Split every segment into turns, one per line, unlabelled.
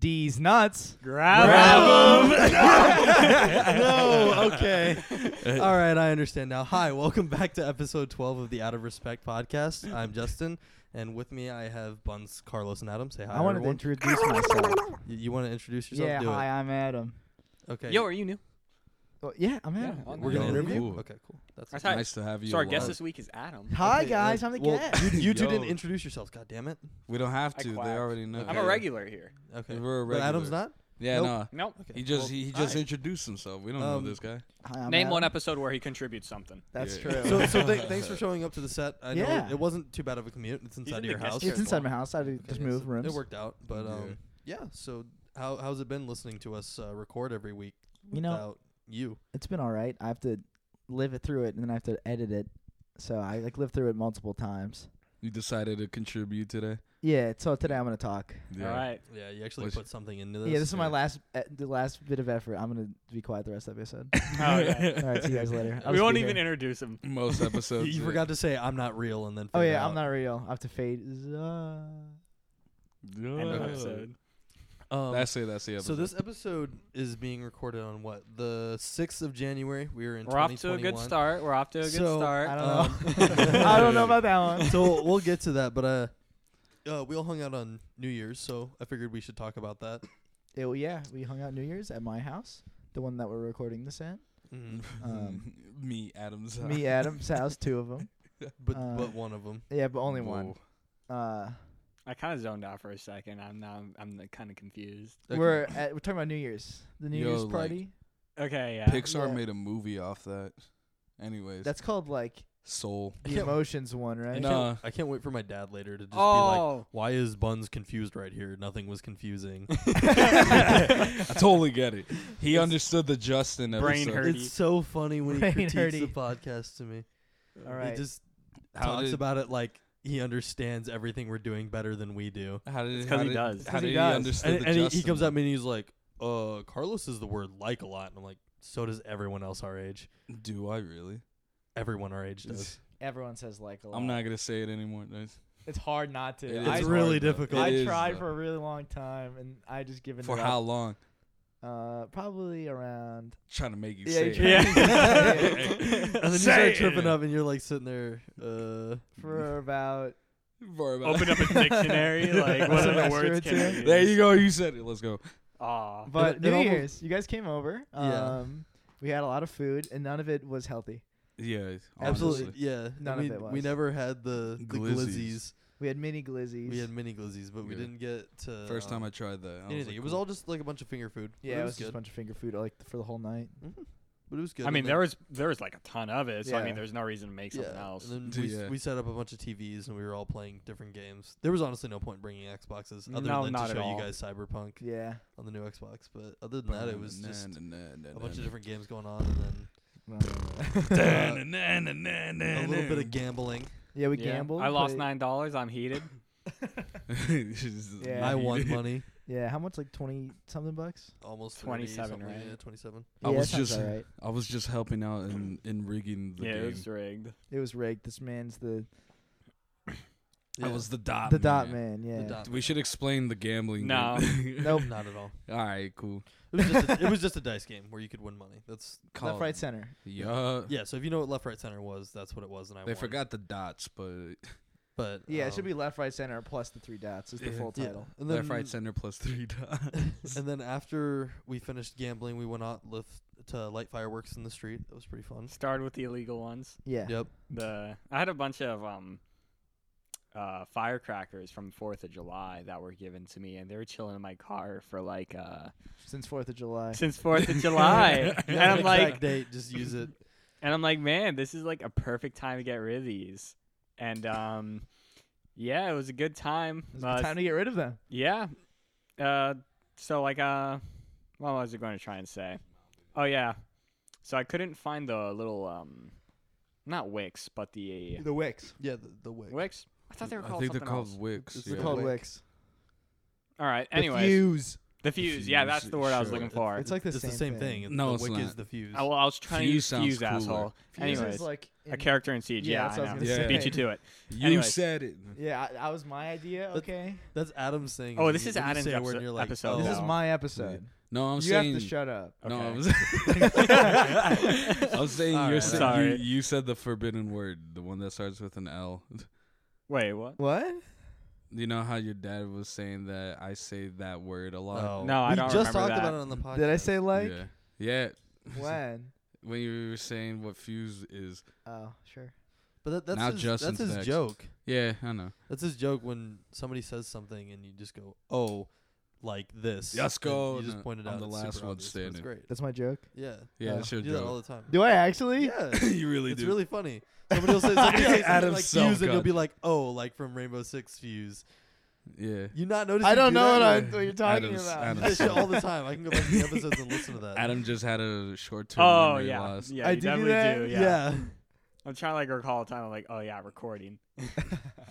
D's nuts.
Grab 'em.
no, okay. All right, I understand now. Hi, welcome back to episode 12 of the Out of Respect podcast. I'm Justin, and with me I have Buns, Carlos, and Adam. Say hi,
I wanted to
everyone.
introduce myself.
Y- you want to introduce yourself?
yeah,
Do
hi, I'm Adam.
it. Okay.
Yo, are you new?
Well, Oh, yeah, I'm Adam.
on
We're
that.
going to
Yo,
interview?
cool.
Okay, cool. That's
That's
Nice to have you.
So our guest
alive.
this week is Adam.
Hi,
Okay,
guys,
no,
I'm the
well,
guest.
You, you two didn't
Yo.
introduce yourselves. God damn it.
We don't have
I
to. They
quacked.
already know.
I'm a
Okay.
regular here.
Okay.
We're a
But Adam's
regular.
not?
Yeah,
Nope.
no.
Nope.
Okay.
He just
well,
he, he just
hi.
introduced himself. We don't
Um,
know this guy.
Hi, I'm
Name
Adam.
one episode where he contributes something.
That's
Yeah.
true.
so, so th- thanks for showing up to the set. I know
Yeah.
it wasn't too bad of a commute. It's inside of
in
your
the guest
house.
chair.
it's inside my house. I had to
Okay,
just
yeah,
move
so
rooms.
It worked out, but
Yeah.
um, yeah. So how how's it been listening to us uh, record every week
You know-
without you?
It's been all right. I have to live it through it, and then I have to edit it. So I like lived through it multiple times.
You decided to contribute today.
Yeah. So today I'm gonna talk.
Yeah.
All right.
Yeah, you actually
Was-
put something into this.
yeah, this is my
yeah.
last, e- the last bit of effort. I'm gonna be quiet the rest of the episode.
Oh, yeah.
all right, see you guys later. I'll
we
just
won't
be
even
here.
introduce him.
Most
You,
episodes.
you
yeah.
forgot to say I'm not real, and then
Oh
fade
yeah, I'm
out.
not real. I have to fade. Uh,
End of
Yeah.
episode.
Um,
That's it. That's the episode.
so this episode is being recorded on what the sixth of January. We are in.
We're off to a good
2021.
start. We're off to a good
So,
start.
I
Um,
don't know. I don't know about that one.
so we'll- we'll get to that, but uh, uh, we all hung out on New Year's, so I figured we should talk about that.
Yeah, well, yeah, we hung out New Year's at my house, the one that we're recording this at.
Mm-hmm.
um,
me Adam's
Me, Adam's house, two of them.
But
Uh,
but one of them.
Yeah, but only one. Uh,
I kind of zoned out for a second. I'm now I'm kind of confused.
We're at, we're talking about New Year's, the New
Yo,
Year's
like,
party.
Okay, yeah.
Pixar
Yeah.
made a movie off that. Anyways,
That's called like
Soul.
the
Yeah.
emotions one,
I
right?
can't-
Nah.
I can't wait for my dad later to just be like,
oh,
Why is Buns confused right here? Nothing was confusing.
I totally get it. He understood the Justin
Brain
episode.
hurt. Dirty.
it's so funny when he
Brain
critiques the
dirty.
podcast to me.
All right.
He just
How
talks
did-
about it like he understands everything we're doing better than we do.
How did
It's 'cause
how
he
did-
does.
How
And,
did he
and
understand the
he- he,
Justin
comes up
one?
to me and he's like, "Uh, Carlos is the word like a lot," and I'm like, "So does everyone else our age.
Do I really?
Everyone our age does.
Everyone says like a lot.
I'm not gonna say it anymore. That's-
It's hard not to.
it
It's
I,
is
really
hard, though.
difficult.
I
It is,
tried
though.
for a really long time, and I just given
for
it
how
up.
long?
Uh, probably around.
Trying to make you
Yeah,
say.
you
it.
tried-
And then you start
Say
tripping
it.
up, and you're like sitting there. Uh,
For about
For about-
open up a dictionary. like, what are the
Semester or
words? Can I
two.
use?
There you go. You said it. Let's go.
Aw.
but
it
New
almost-
Year's, you guys came over.
Yeah.
Um, we had a lot of food, and none of it was healthy.
Yeah.
absolutely,
honestly.
yeah.
None
we,
of it
we
was.
never had the, the
Glizzies.
glizzies.
We had mini glizzies.
We had mini glizzies, but we
Yeah.
didn't get to
First time
um,
I tried that. I
anything.
like,
it was
cool.
all just like a bunch of finger food. but
yeah, it was just a
good.
bunch of finger food like for the whole night.
Mhm. But it was good.
I
and
mean,
then-
there was there was like a ton of it. So I
Yeah.
mean, there's no reason to make
yeah.
something else.
And
D-
then we, s-
yeah.
we set up a bunch of TVs and we were all playing different games. There was honestly no point bringing Xboxes other
No,
than
not
to
at
show
all.
you guys Cyberpunk
Yeah.
on the new Xbox. But other than that, it was just a bunch of different games going on and
Well,
then
a
a little bit of gambling.
yeah, we
Yeah.
gambled.
I lost
played-
nine dollars. I'm heated.
Yeah.
I won money,
Yeah, how much? Like twenty something bucks.
almost
27,
30, something,
right?
Yeah, twenty-seven.
I
yeah,
was
that sounds
just-
alright.
I was just helping out in, in rigging the
yeah,
game.
it was rigged.
It was rigged. This man's the
I was the dot.
the dot man. Yeah.
The dot.
We should explain the gambling.
No.
Nope, not at all.
all right. Cool.
It was, just a, it was just a dice game where you could win money. That's
Left, right, center.
Yeah.
yeah. So if you know what left, right, center was, that's what it was. And I
They
won.
forgot the dots, but
But
Yeah, it
um,
should be left, right, center plus the three dots is the
Yeah.
full
Yeah.
title.
And then,
left, right, center plus three dots.
and then after we finished gambling, we went out lift to light fireworks in the street. That was pretty fun.
Started with the illegal ones.
Yeah.
Yep.
The I had a bunch of um uh firecrackers from Fourth of July that were given to me, and they were chilling in my car for like uh
Since Fourth of July.
since Fourth of July, and
Yeah,
I'm
exact
like,
date, just use it.
and I'm like, man, this is like a perfect time to get rid of these, and um. Yeah, it was a good time.
It's
Uh,
time to get rid of them.
Yeah. Uh, so like uh, what was I going to try and say? Oh yeah. So I couldn't find the little um, not wicks, but the
The wicks.
Yeah, the, the wick.
wicks. I thought they were
I
called
think they're
something
called
else.
wicks.
It's
They're
Yeah.
called
Wick.
wicks.
All right.
The
Anyways,
fuse.
The fuse. Yeah, that's the word I was
sure.
looking for.
It's like the
it's
same
the same thing.
No,
the
it's
wick is
not.
the fuse.
I, well, I was trying to
Fuse
use
sounds
fuse,
cooler.
asshole.
Fuse
Anyways,
is like
a
in-
character in Siege.
Yeah,
Yeah,
that's
I
what I was
know.
gonna
Beat
say.
you to it.
You
Anyways.
said it.
Yeah, I, that was my idea.
That's-
Okay,
That's Adam's saying.
Oh,
and
this
you-
is
when you
Adam's
say a word
episode-
and you're like,
episode,
"Oh."
this is
no.
my episode.
No, I'm
you
saying.
have to shut up.
no, I
Okay.
was, I was saying
All
you're
right.
saying
Sorry.
You, you said the forbidden word, the one that starts with an L.
Wait, what?
What?
You know how your dad was saying that I say that word a lot.
Oh.
No, I
we
don't
just
remember
talked
that.
about it on the podcast.
Did I say like
yeah, yeah.
when?
When you were saying what fuse is,
Oh, sure.
But that, that's
Now
his,
Justin's
that's his
vexed.
joke.
yeah, I know.
That's his joke when somebody says something and you just go, "Oh, like this."
Yes,
And
go.
You just
No,
pointed
I'm
out
the
it's
last
super
one
obvious, but It's
standing.
great.
That's my joke.
Yeah,
Yeah,
Oh.
that's your
you do that all
joke.
the time.
Do I actually?
Yeah,
you really
it's
do.
really funny. Somebody will say somebody will say
Adam
something like
self
fuse, and you'll
cut.
be like, "Oh, like from Rainbow Six Fuse."
yeah.
You not notice?
I
you
don't
do
know what,
that?
I,
Yeah.
what you're talking
Adam's-
about.
You do
Adam's-
that shit all the time. I can go back to the episodes and listen to that.
Adam just had a short term
Oh
memory
yeah,
loss.
yeah,
I
you
do do
definitely
that?
do.
yeah.
Yeah. I'm trying to like recall a time. I'm like, oh yeah, recording.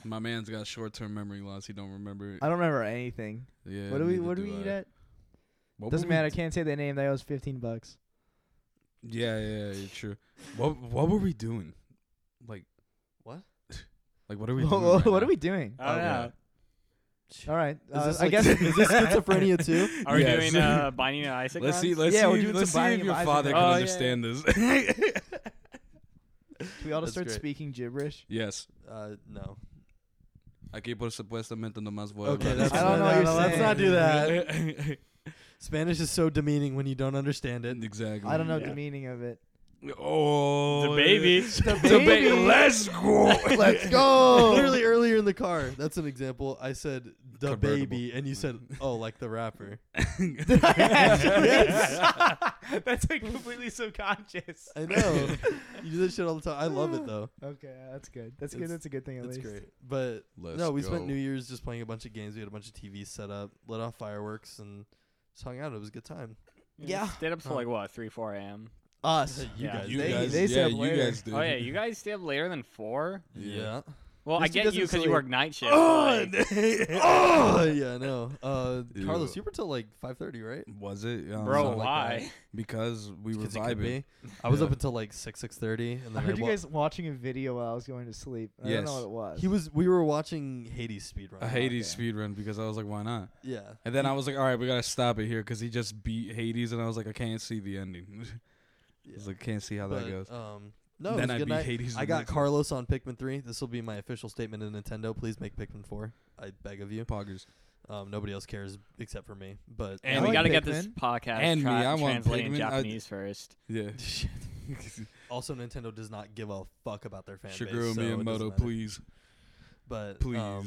My man's got short term memory loss. He don't remember. It.
I don't remember anything.
Yeah.
what do we
neither
What do
do
we eat
I.
at?
What
Doesn't
would we
matter. I can't say the name. They owe us fifteen bucks.
Yeah, yeah, yeah, true. What What were we doing? Like
What?
Like what are we
What,
doing? right
what are
now?
we doing?
I don't
Oh, yeah.
know.
All right.
Is
uh,
this
I
like-
guess
is this schizophrenia too?
Are we
Yes.
doing uh, binding an Isaac?
Let's see. Let's
Yeah, we're
see.
doing
Let's see
some buying
if
of
your
Isaac
father can
Rock. Oh, yeah.
understand this.
we all just
That's
start
great.
speaking gibberish.
yes.
Uh, no.
Aquí por supuestamente no más voy a
Okay,
hablar
that's
I don't
español.
know what
no,
you're
no, Let's
saying.
not do that. Spanish is so demeaning when you don't understand it.
exactly.
I don't know
Yeah.
the meaning of it.
Oh,
The baby.
The
The ba-
baby.
Let's go.
Let's go.
Literally earlier in the car. That's an example. I said the
Convertible.
baby, and you said, "Oh, like the rapper."
That's like completely subconscious.
I know. you do this shit all the time. I love it though.
Okay, that's good. That's
It's-
good. That's a good thing. At
That's
least.
great. But
Let's
no, we
go.
spent New Year's just playing a bunch of games. We had a bunch of TVs set up, lit off fireworks, and just hung out. It was a good time.
Yeah.
Stayed up till like what, three, four a.m.
Us.
You
Yeah.
guys,
You
They-
guys,
they stay
yeah,
up
you
later.
guys do.
Oh yeah, you guys stay up later than four.
yeah.
Well, I
Misty
get you
doesn't
because you
sleep.
work night shift.
Oh,
but, like,
oh yeah, no. Uh,
Ew.
Carlos, you were till like five thirty, right?
Was it, Um,
bro,
like
why?
Because we were
'Cause you could
vibing.
be. I was
Yeah.
up until like six six thirty, and then
I heard you
wa-
guys watching a video while I was going to sleep. I don't
Yes.
know what it was.
He was. We were watching Hades speedrun.
A Hades
Okay.
speedrun because I was like, why not?
Yeah.
And then I was like, all right, we gotta stop it here because he just beat Hades, and I was like, I can't see the ending. I
yeah.
was like, can't see how that
But,
goes.
Um, no.
then
it was a
I
good
beat
night.
Hades.
I
the
got
next
Carlos on Pikmin three. This will be my official statement to Nintendo. Please make Pikmin four. I beg of you.
poggers.
Um, nobody else cares except for me. But
And
I
we
like
gotta get this
Pikmin.
podcast
And me,
tra-
I want
translated in
Pikmin. I-
Japanese first.
Yeah.
Shit. uh, also, Nintendo does not give a fuck about their fan
Shigeru
base. so it doesn't
Miyamoto,
matter.
please,
But
please.
um,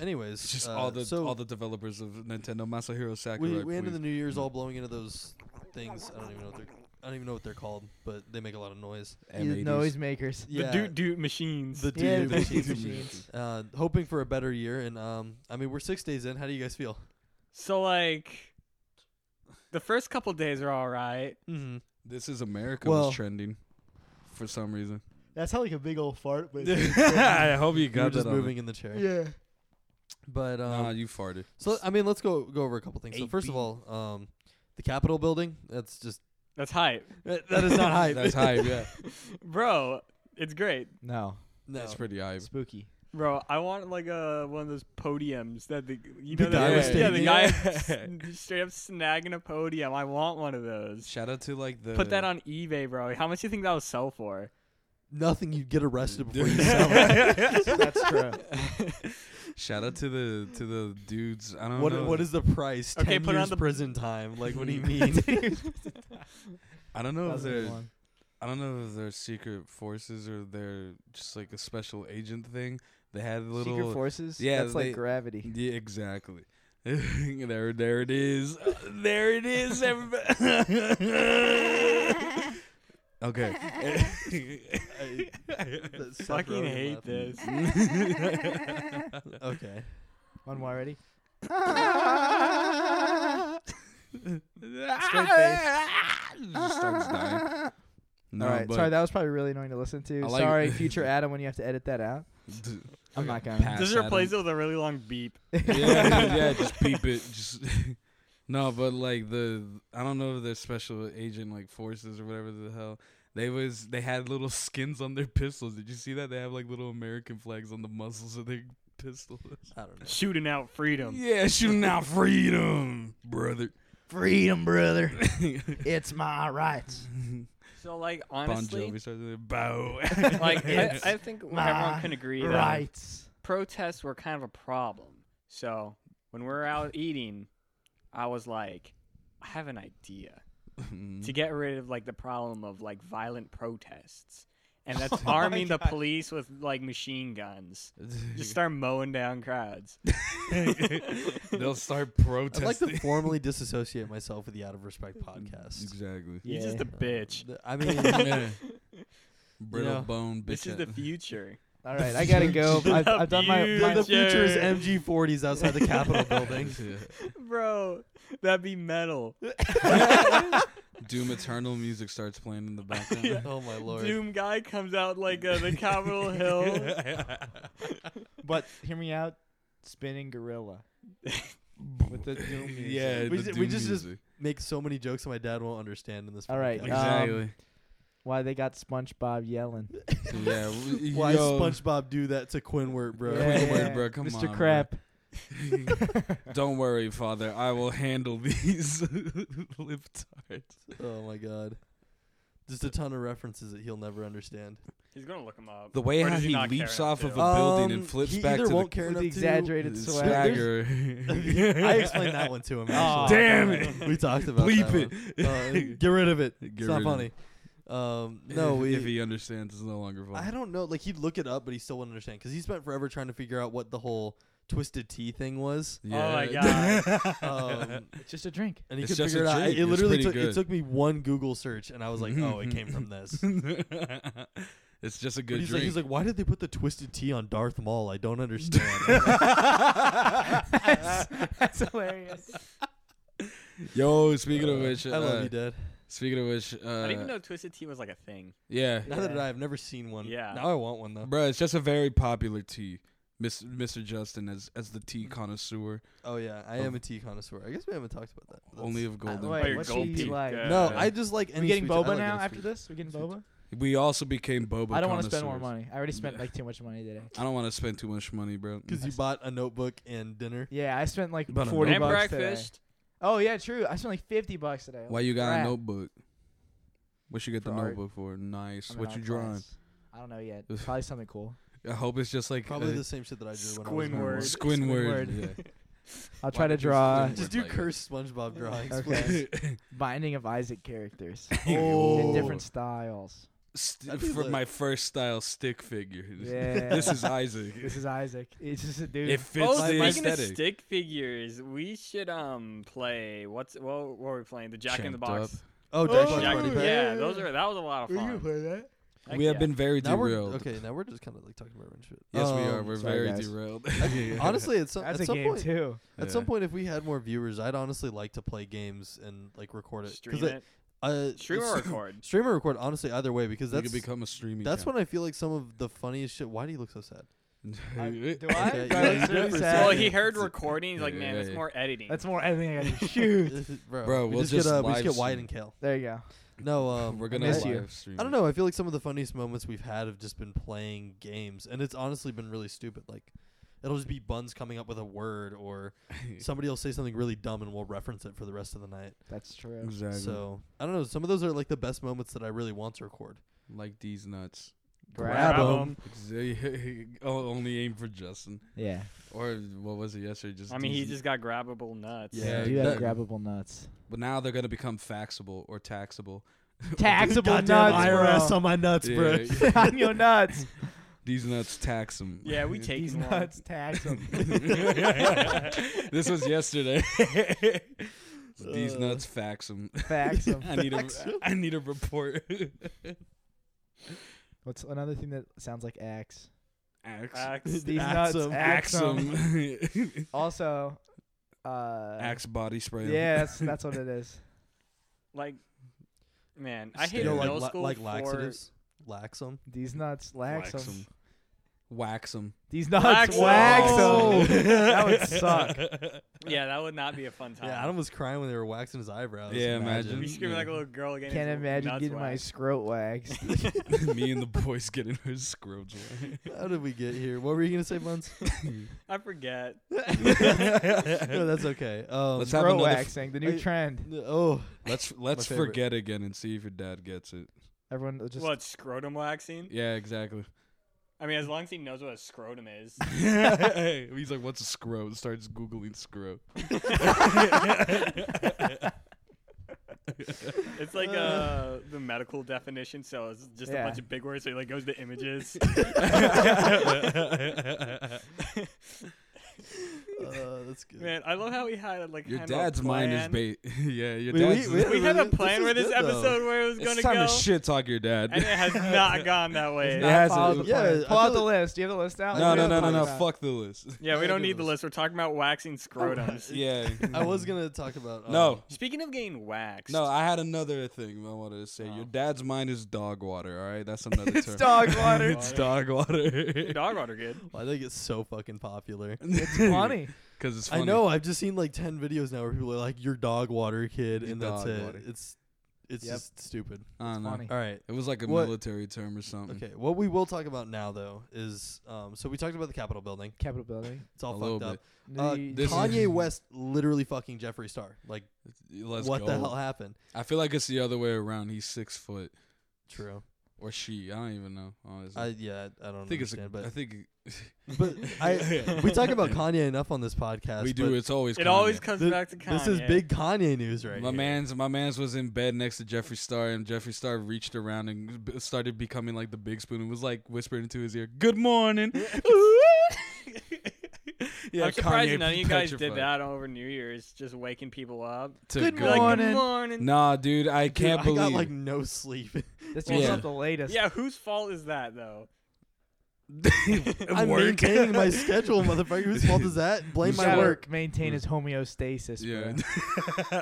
anyways,
It's just
uh,
all the
so
all the developers of Nintendo, Masahiro Sakurai.
we, we ended
please.
the New Year's all blowing into those things. I don't even know what they're. I don't even know what they're called, but they make a lot of noise.
M80s.
noise makers.
Yeah.
The doot doot machines.
The
Yeah,
dude
the
machines.
machines, machines.
Uh, hoping for a better year, and um, I mean, we're six days in. How do you guys feel?
so like, the first couple days are all right.
Mm-hmm.
This is America
Well-
was trending for some reason.
That's how like a big old fart. But
I hope you
You're
got
just
that. on
moving in the chair,
yeah.
but um,
Nah, you farted.
so I mean, let's go go over a couple things. So first of all, um, the Capitol building. That's just
That's hype,
that is not hype.
That's hype. Yeah,
bro. It's great,
No.
no,
that's pretty hype.
Spooky.
bro. I want like a one of those podiums that the you
The
know
guy
that
was
yeah, the
standing-
guy
Yeah.
s- straight up snagging a podium. I want one of those.
Shout out to like the
Put that on eBay, bro. How much do you think that would sell for?
nothing. You'd get arrested before you
Dude.
sell it.
That's true.
Shout out to the to the dudes. I don't
What,
know.
what is the price?
Okay,
Ten
put it on
years
the-
prison time. Like, what do you mean?
I don't know if
That's a good
they're
one.
I don't know if they're secret forces or they're just like a special agent thing. They had little
Secret forces.
yeah,
That's
they-
like gravity.
Yeah, exactly. there, there it is. Uh, There it is, everybody. okay.
That Seth
Fucking
Rogen
hate
laugh.
this.
Okay.
One more already.
Straight Just starts dying. No,
All right.
but
Sorry, that was probably really annoying to listen to.
I like-
Sorry, future Adam, when you have to edit that out.
d-
I'm not
Okay.
gonna.
Pass
Just
at
replace
him.
it with a really long beep.
yeah, yeah, just peep it. Just No, but like the I don't know if they're special agent like forces or whatever the hell. They was they had little skins on their pistols. Did you see that? They have like little American flags on the muzzles of their pistols.
I don't know.
Shooting out
Um,
freedom.
Yeah, shooting out freedom, brother.
Freedom, brother. it's my rights.
So like
Bon
honestly,
Jovi started with bow.
like I,
It's
I think like,
my
everyone can agree that
Rights.
protests were kind of a problem. So when we were out eating, I was like, I have an idea
Hmm?
to get rid of like the problem of like violent protests, and that's
Oh my
arming the
God.
police with like machine guns. Just start mowing down crowds.
They'll start
I'd
protesting.
like to formally disassociate myself with the Out of Respect podcast.
exactly.
You're just
Yeah.
a bitch.
Th- I mean,
Yeah. Brittle
know,
bone bitch. uh,
This is the future.
All right, I gotta go. I've, I've done my, my
the future is
Sure.
MG40s outside the Capitol building.
Bro, that'd be metal.
Doom Eternal music starts playing in the background.
Oh my lord!
Doom guy comes out like uh, the Capitol Hill.
But hear me out. Spinning gorilla with the doom music.
Yeah,
We
the
ju-
Doom
we just- just- um,
music.
Make so many jokes that my dad won't understand in this.
All right, um,
podcast.
exactly.
Why they got SpongeBob yelling?
yeah. w-
Why
yo,
SpongeBob do that to Quinward, bro?
Yeah, Quinn Word, bro, come
Mr.
on, bro.
Crap.
Don't worry, father. I will handle these lip tarts.
Oh my god! Just a ton of references that he'll never understand.
He's gonna look him up.
The way
Or
how
does
he
not care
leaps
enough
off
to? Oh,
of a- building and flips
Um, he
back
either
to the-
won't care
With
enough to-
exaggerated
It's
swagger.
Swagger.
I explained that one to him.
Aw,
Actually.
Damn
damn
it!
we talked about
Bleep
that
it.
one. Uh, get rid of it.
Get
it's not
rid of
funny.
it.
Um, no, we,
if he understands, it's no longer funny.
I don't know. Like he'd look it up, but he still wouldn't understand because he spent forever trying to figure out what the whole twisted tea thing was.
Oh my
Um,
It's just a drink.
and he
It's
could
just
figure it
a
out. I-
drink.
It
It's
literally
pretty
took it
good. Mm-hmm,
took me one Google search, and I was like, oh, it came from this. But
god. it's just a good
he's like,
drink.
he's like, why did they put the twisted tea on Darth Maul? I don't understand.
that's, that's hilarious.
Yo, speaking of
Uh,
which,
I love
uh,
you, Dad.
Speaking of which,
I
uh,
didn't even know Twisted Tea was like a thing.
yeah,
Now that
Yeah.
I've never seen one,
Yeah.
now I want one though.
bro, it's just a very popular tea. Miss, Mr. Justin as as the
Mm.
tea connoisseur,
Oh yeah, I am a tea connoisseur. I guess we haven't talked about that. That's-
only of golden.
wait,
pear.
what's
gold
he
tea.
like?
Yeah.
no, I just like.
uh, Are
Any
we getting
sweet tea. I
boba
like
now
any
after
sweet-
this? We're getting boba?
uh,
we also became boba.
I don't
want to
spend more money. I already spent like too much money today.
I don't want to spend too much money, bro. Mm.
Because you bought a notebook and dinner.
Yeah, I spent like
But a
forty
notebook.
And
bucks
breakfast.
today. Oh yeah, true. I spent like fifty bucks today.
Why you got
Crap.
a notebook? What you get the
For art.
notebook for? Nice.
I'm in
what
art
you drawing?
class. I don't know yet.
Oof.
Probably something cool.
I hope it's just like uh,
Probably
a
the same shit that I drew when I
Squidward.
was
Squinward.
Squidward.
yeah.
I'll
Why
try to
did you
draw
spend-
Ah. Just do
Like- uh,
cursed SpongeBob drawings.
Okay.
please.
Binding of Isaac characters in
Oh.
different styles.
St-
That'd be
for
lit.
my first style stick figure.
Yeah.
this is Isaac.
This is Isaac. It's just a dude.
It fits
oh,
the
speaking of
aesthetic.
stick figures, we should um play what's what, what were we playing? The Jack in the
Champed
Box.
Oh,
Oh,
Jack Black
Jack-
Party
yeah.
Pack.
yeah, those are that was a lot of
Are you
fun.
play that?
Heck
We have
yeah.
been very
Now we're
derailed.
okay. Now we're just kind of like talking about random shit.
Yes, we are.
Um,
We're
sorry,
very
guys.
derailed.
honestly, at some,
That's
at
a
some
game
point,
too.
at some point, if we had more viewers, I'd honestly like to play games and like record it. 'Cause
stream it,
Uh,
stream or
s-
record.
stream or record. Honestly, either way, because
you
that's
could become a streaming.
that's when I feel like some of the funniest shit. Why do you look so sad?
I-
do
do I?
Okay,
Bro,
yeah,
it's
you
really
did for a
sad.
Well,
second.
he heard recording. He's like, man,
Yeah,
it's
yeah.
more editing.
That's more editing I gotta shoot.
bro,
Bro,
we
we'll
just,
just
get uh, we just
live
get wide
stream.
and kale.
There you go.
No, um,
we're gonna
miss
live
you.
stream.
I don't know. I feel like some of the funniest moments we've had have just been playing games, and it's honestly been really stupid. Like, it'll just be Buns coming up with a word, or somebody will say something really dumb, and we'll reference it for the rest of the night.
That's true.
exactly.
So I don't know. Some of those are like the best moments that I really want to record.
like these nuts.
Grab
Grab
'em.
'em.
Exa- oh, only aim for Justin.
Yeah.
Or what was it yesterday? Just
I mean, he
these-
just got grabbable nuts.
Yeah,
you have
exactly.
grabbable nuts.
But now they're gonna become faxable or taxable.
Taxable
Goddamn
nuts,
IRS on my nuts, bro.
bro.
Yeah,
on your nuts.
these nuts tax them.
Yeah, we take
These
one.
nuts tax 'em.
this was yesterday. these nuts fax them.
Fax 'em.
I need a,
Fax 'em.
I need a report.
What's another thing that sounds like axe?
Ax.
Axe.
These
Axe
nuts.
'em.
Axe 'em.
'em.
Also, uh,
Axe body spray. 'em.
Yeah, that's that's what it is.
Like, man, I
Stay
hate
You know,
middle
like
la-
school
like
for
laxatives, laxum.
These nuts lax 'em.
Lax 'em. wax them.
These nuts
Wax
wax,
'em.
Oh.
them. that would suck.
Yeah, that would not be a fun time.
Yeah, Adam was crying when they were waxing his eyebrows.
Yeah,
Be
imagine.
screaming
Yeah.
like a little girl again.
Can't imagine getting my scrot waxed.
Me and the boys getting our scrubs wet.
How did we get here? What were you gonna say, Buns?
I forget.
no, that's okay. Um,
Let's have
Scrot
another f-
waxing, the new
I-
trend.
oh,
Let's let's
favorite.
forget again and see if your dad gets it.
Everyone will just
what scrotum waxing?
Yeah, exactly.
I mean, as long as he knows what a scrotum is.
He's like, "What's a scro?" And starts googling scro.
It's like uh, the medical definition, so it's just a
Yeah.
bunch of big words. So he like goes to images.
uh, that's good.
Man, I love how he had like
Your
kind of a
dad's mind is
plan.
bait. yeah, your
We- we-
dad's.
we-
We had a
This
plan
is
with this
good, though.
episode where it was going
it's
go,
time to shit talk your dad.
and it has not gone that way.
not- has
follow
it.
the
Yeah,
plan.
I
Pull out
feel
the list. Do you have the list out?
no,
What
no,
are we
no, no, no.
talking about?
Fuck the list.
yeah, we
Yeah,
don't
it
need the
was.
list. We're talking about waxing scrotums.
yeah.
I was gonna talk about um,
No,
Speaking of getting waxed,
no. I had another thing I wanted to say. Your
Oh.
dad's mind is dog water. All right, that's another
It's
term.
dog water.
it's dog water.
dog water good.
Why they get so fucking popular?
it's
Funny.
Because it's funny.
I know. I've just seen like ten videos now where people are like, "Your dog water, kid,"
Your
and that's
dog
it.
water. Mm.
It's it's
Yep.
just stupid.
I don't know.
Funny.
All right.
It was like a
What-
military term or something.
Okay. What we will talk about now though is um, so we talked about the Capitol building.
Capitol building.
It's all
A little
fucked up. Uh,
The-
This is-
Kanye West literally fucking Jeffree Star. Like,
Let's
what
go.
the hell happened?
I feel like it's the other way around. He's six foot
True.
or she. I don't even know. Honestly,
I yeah. I don't
I think it's. A,
understand,
I think
but but I we talk about Kanye enough on this podcast.
we do.
but
It's always.
It always
Kanye.
comes
Th-
back to Kanye.
This is big Kanye news right
my
here.
man's my man's was in bed next to Jeffree Star, and Jeffree Star reached around and b- started becoming like the big spoon, and was like whispering into his ear, "Good morning." yeah,
I'm surprised
Kanye
none of you guys did
petrified.
that over New Year's, just waking people up.
To
Good
go-
Be like,
Morning.
Good morning.
Nah, dude, I
Dude,
can't
I
believe.
got like no sleep.
This
Yeah.
was not the latest.
Yeah, whose fault is that though?
I'm maintaining my schedule, motherfucker. Whose fault is that? Blame
You
my
gotta-
work.
Maintain his homeostasis.
yeah,
bro.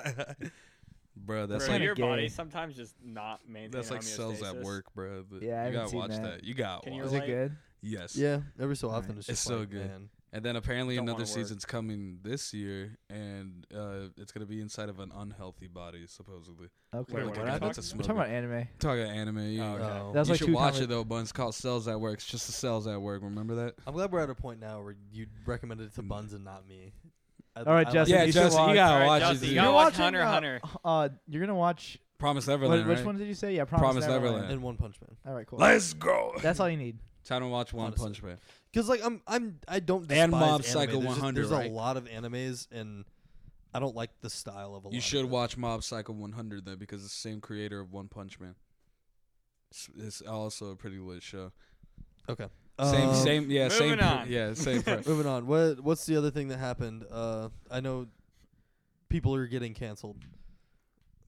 bro, that's
Bro,
like
kinda
your body
gay.
sometimes just not maintains.
that's like cells at work, bro. but
Yeah, I
you
haven't
gotta
seen
watch that.
that.
You gotta
Can you
watch.
Is
relate?
it good?
Yes.
Yeah, every so often
Alright.
it's just
It's so
like,
good.
man.
And then apparently
Don't
another
wanna work.
season's coming this year, and uh, it's gonna be inside of an unhealthy body, supposedly.
Okay.
Wait,
Like
what
a
are
guy
we
that's a
talking
We're
smoker.
talking about anime.
Talking about anime. You,
Oh, okay.
Oh.
That's
you
like
should
two
watch
comic-
it though, Buns. It's called Cells at Work. It's just the Cells at Work. Remember that?
I'm glad we're at a point now where you recommended it to Buns and not me. I,
All right,
I
Justin,
yeah,
you should
Justin, you
watch-
gotta
Alright,
watch
Justin,
it.
you
dude.
gotta
You're
watch
watching,
Hunter,
uh,
Hunter.
Uh, you're gonna watch.
Promise
What,
Neverland.
which
right?
one did you say? Yeah, Promise,
Promise
Neverland.
Neverland.
and One Punch Man.
All right, cool.
Let's go.
That's all you need.
Time to watch One
Honestly.
Punch Man.
Because like I'm I'm I don't despise
And Mob
anime.
Psycho
there's just-
100,
There's
right?
a lot of animes and I don't like the style of a lot.
You
of
should
it.
watch Mob Psycho 100 though, because it's the same creator of One Punch Man. It's, it's also a pretty lit show.
Okay.
same,
Um,
same, yeah, same,
moving
pre-
on.
yeah, same. pre-
Moving on. What what's the other thing that happened? Uh, I know people are getting canceled.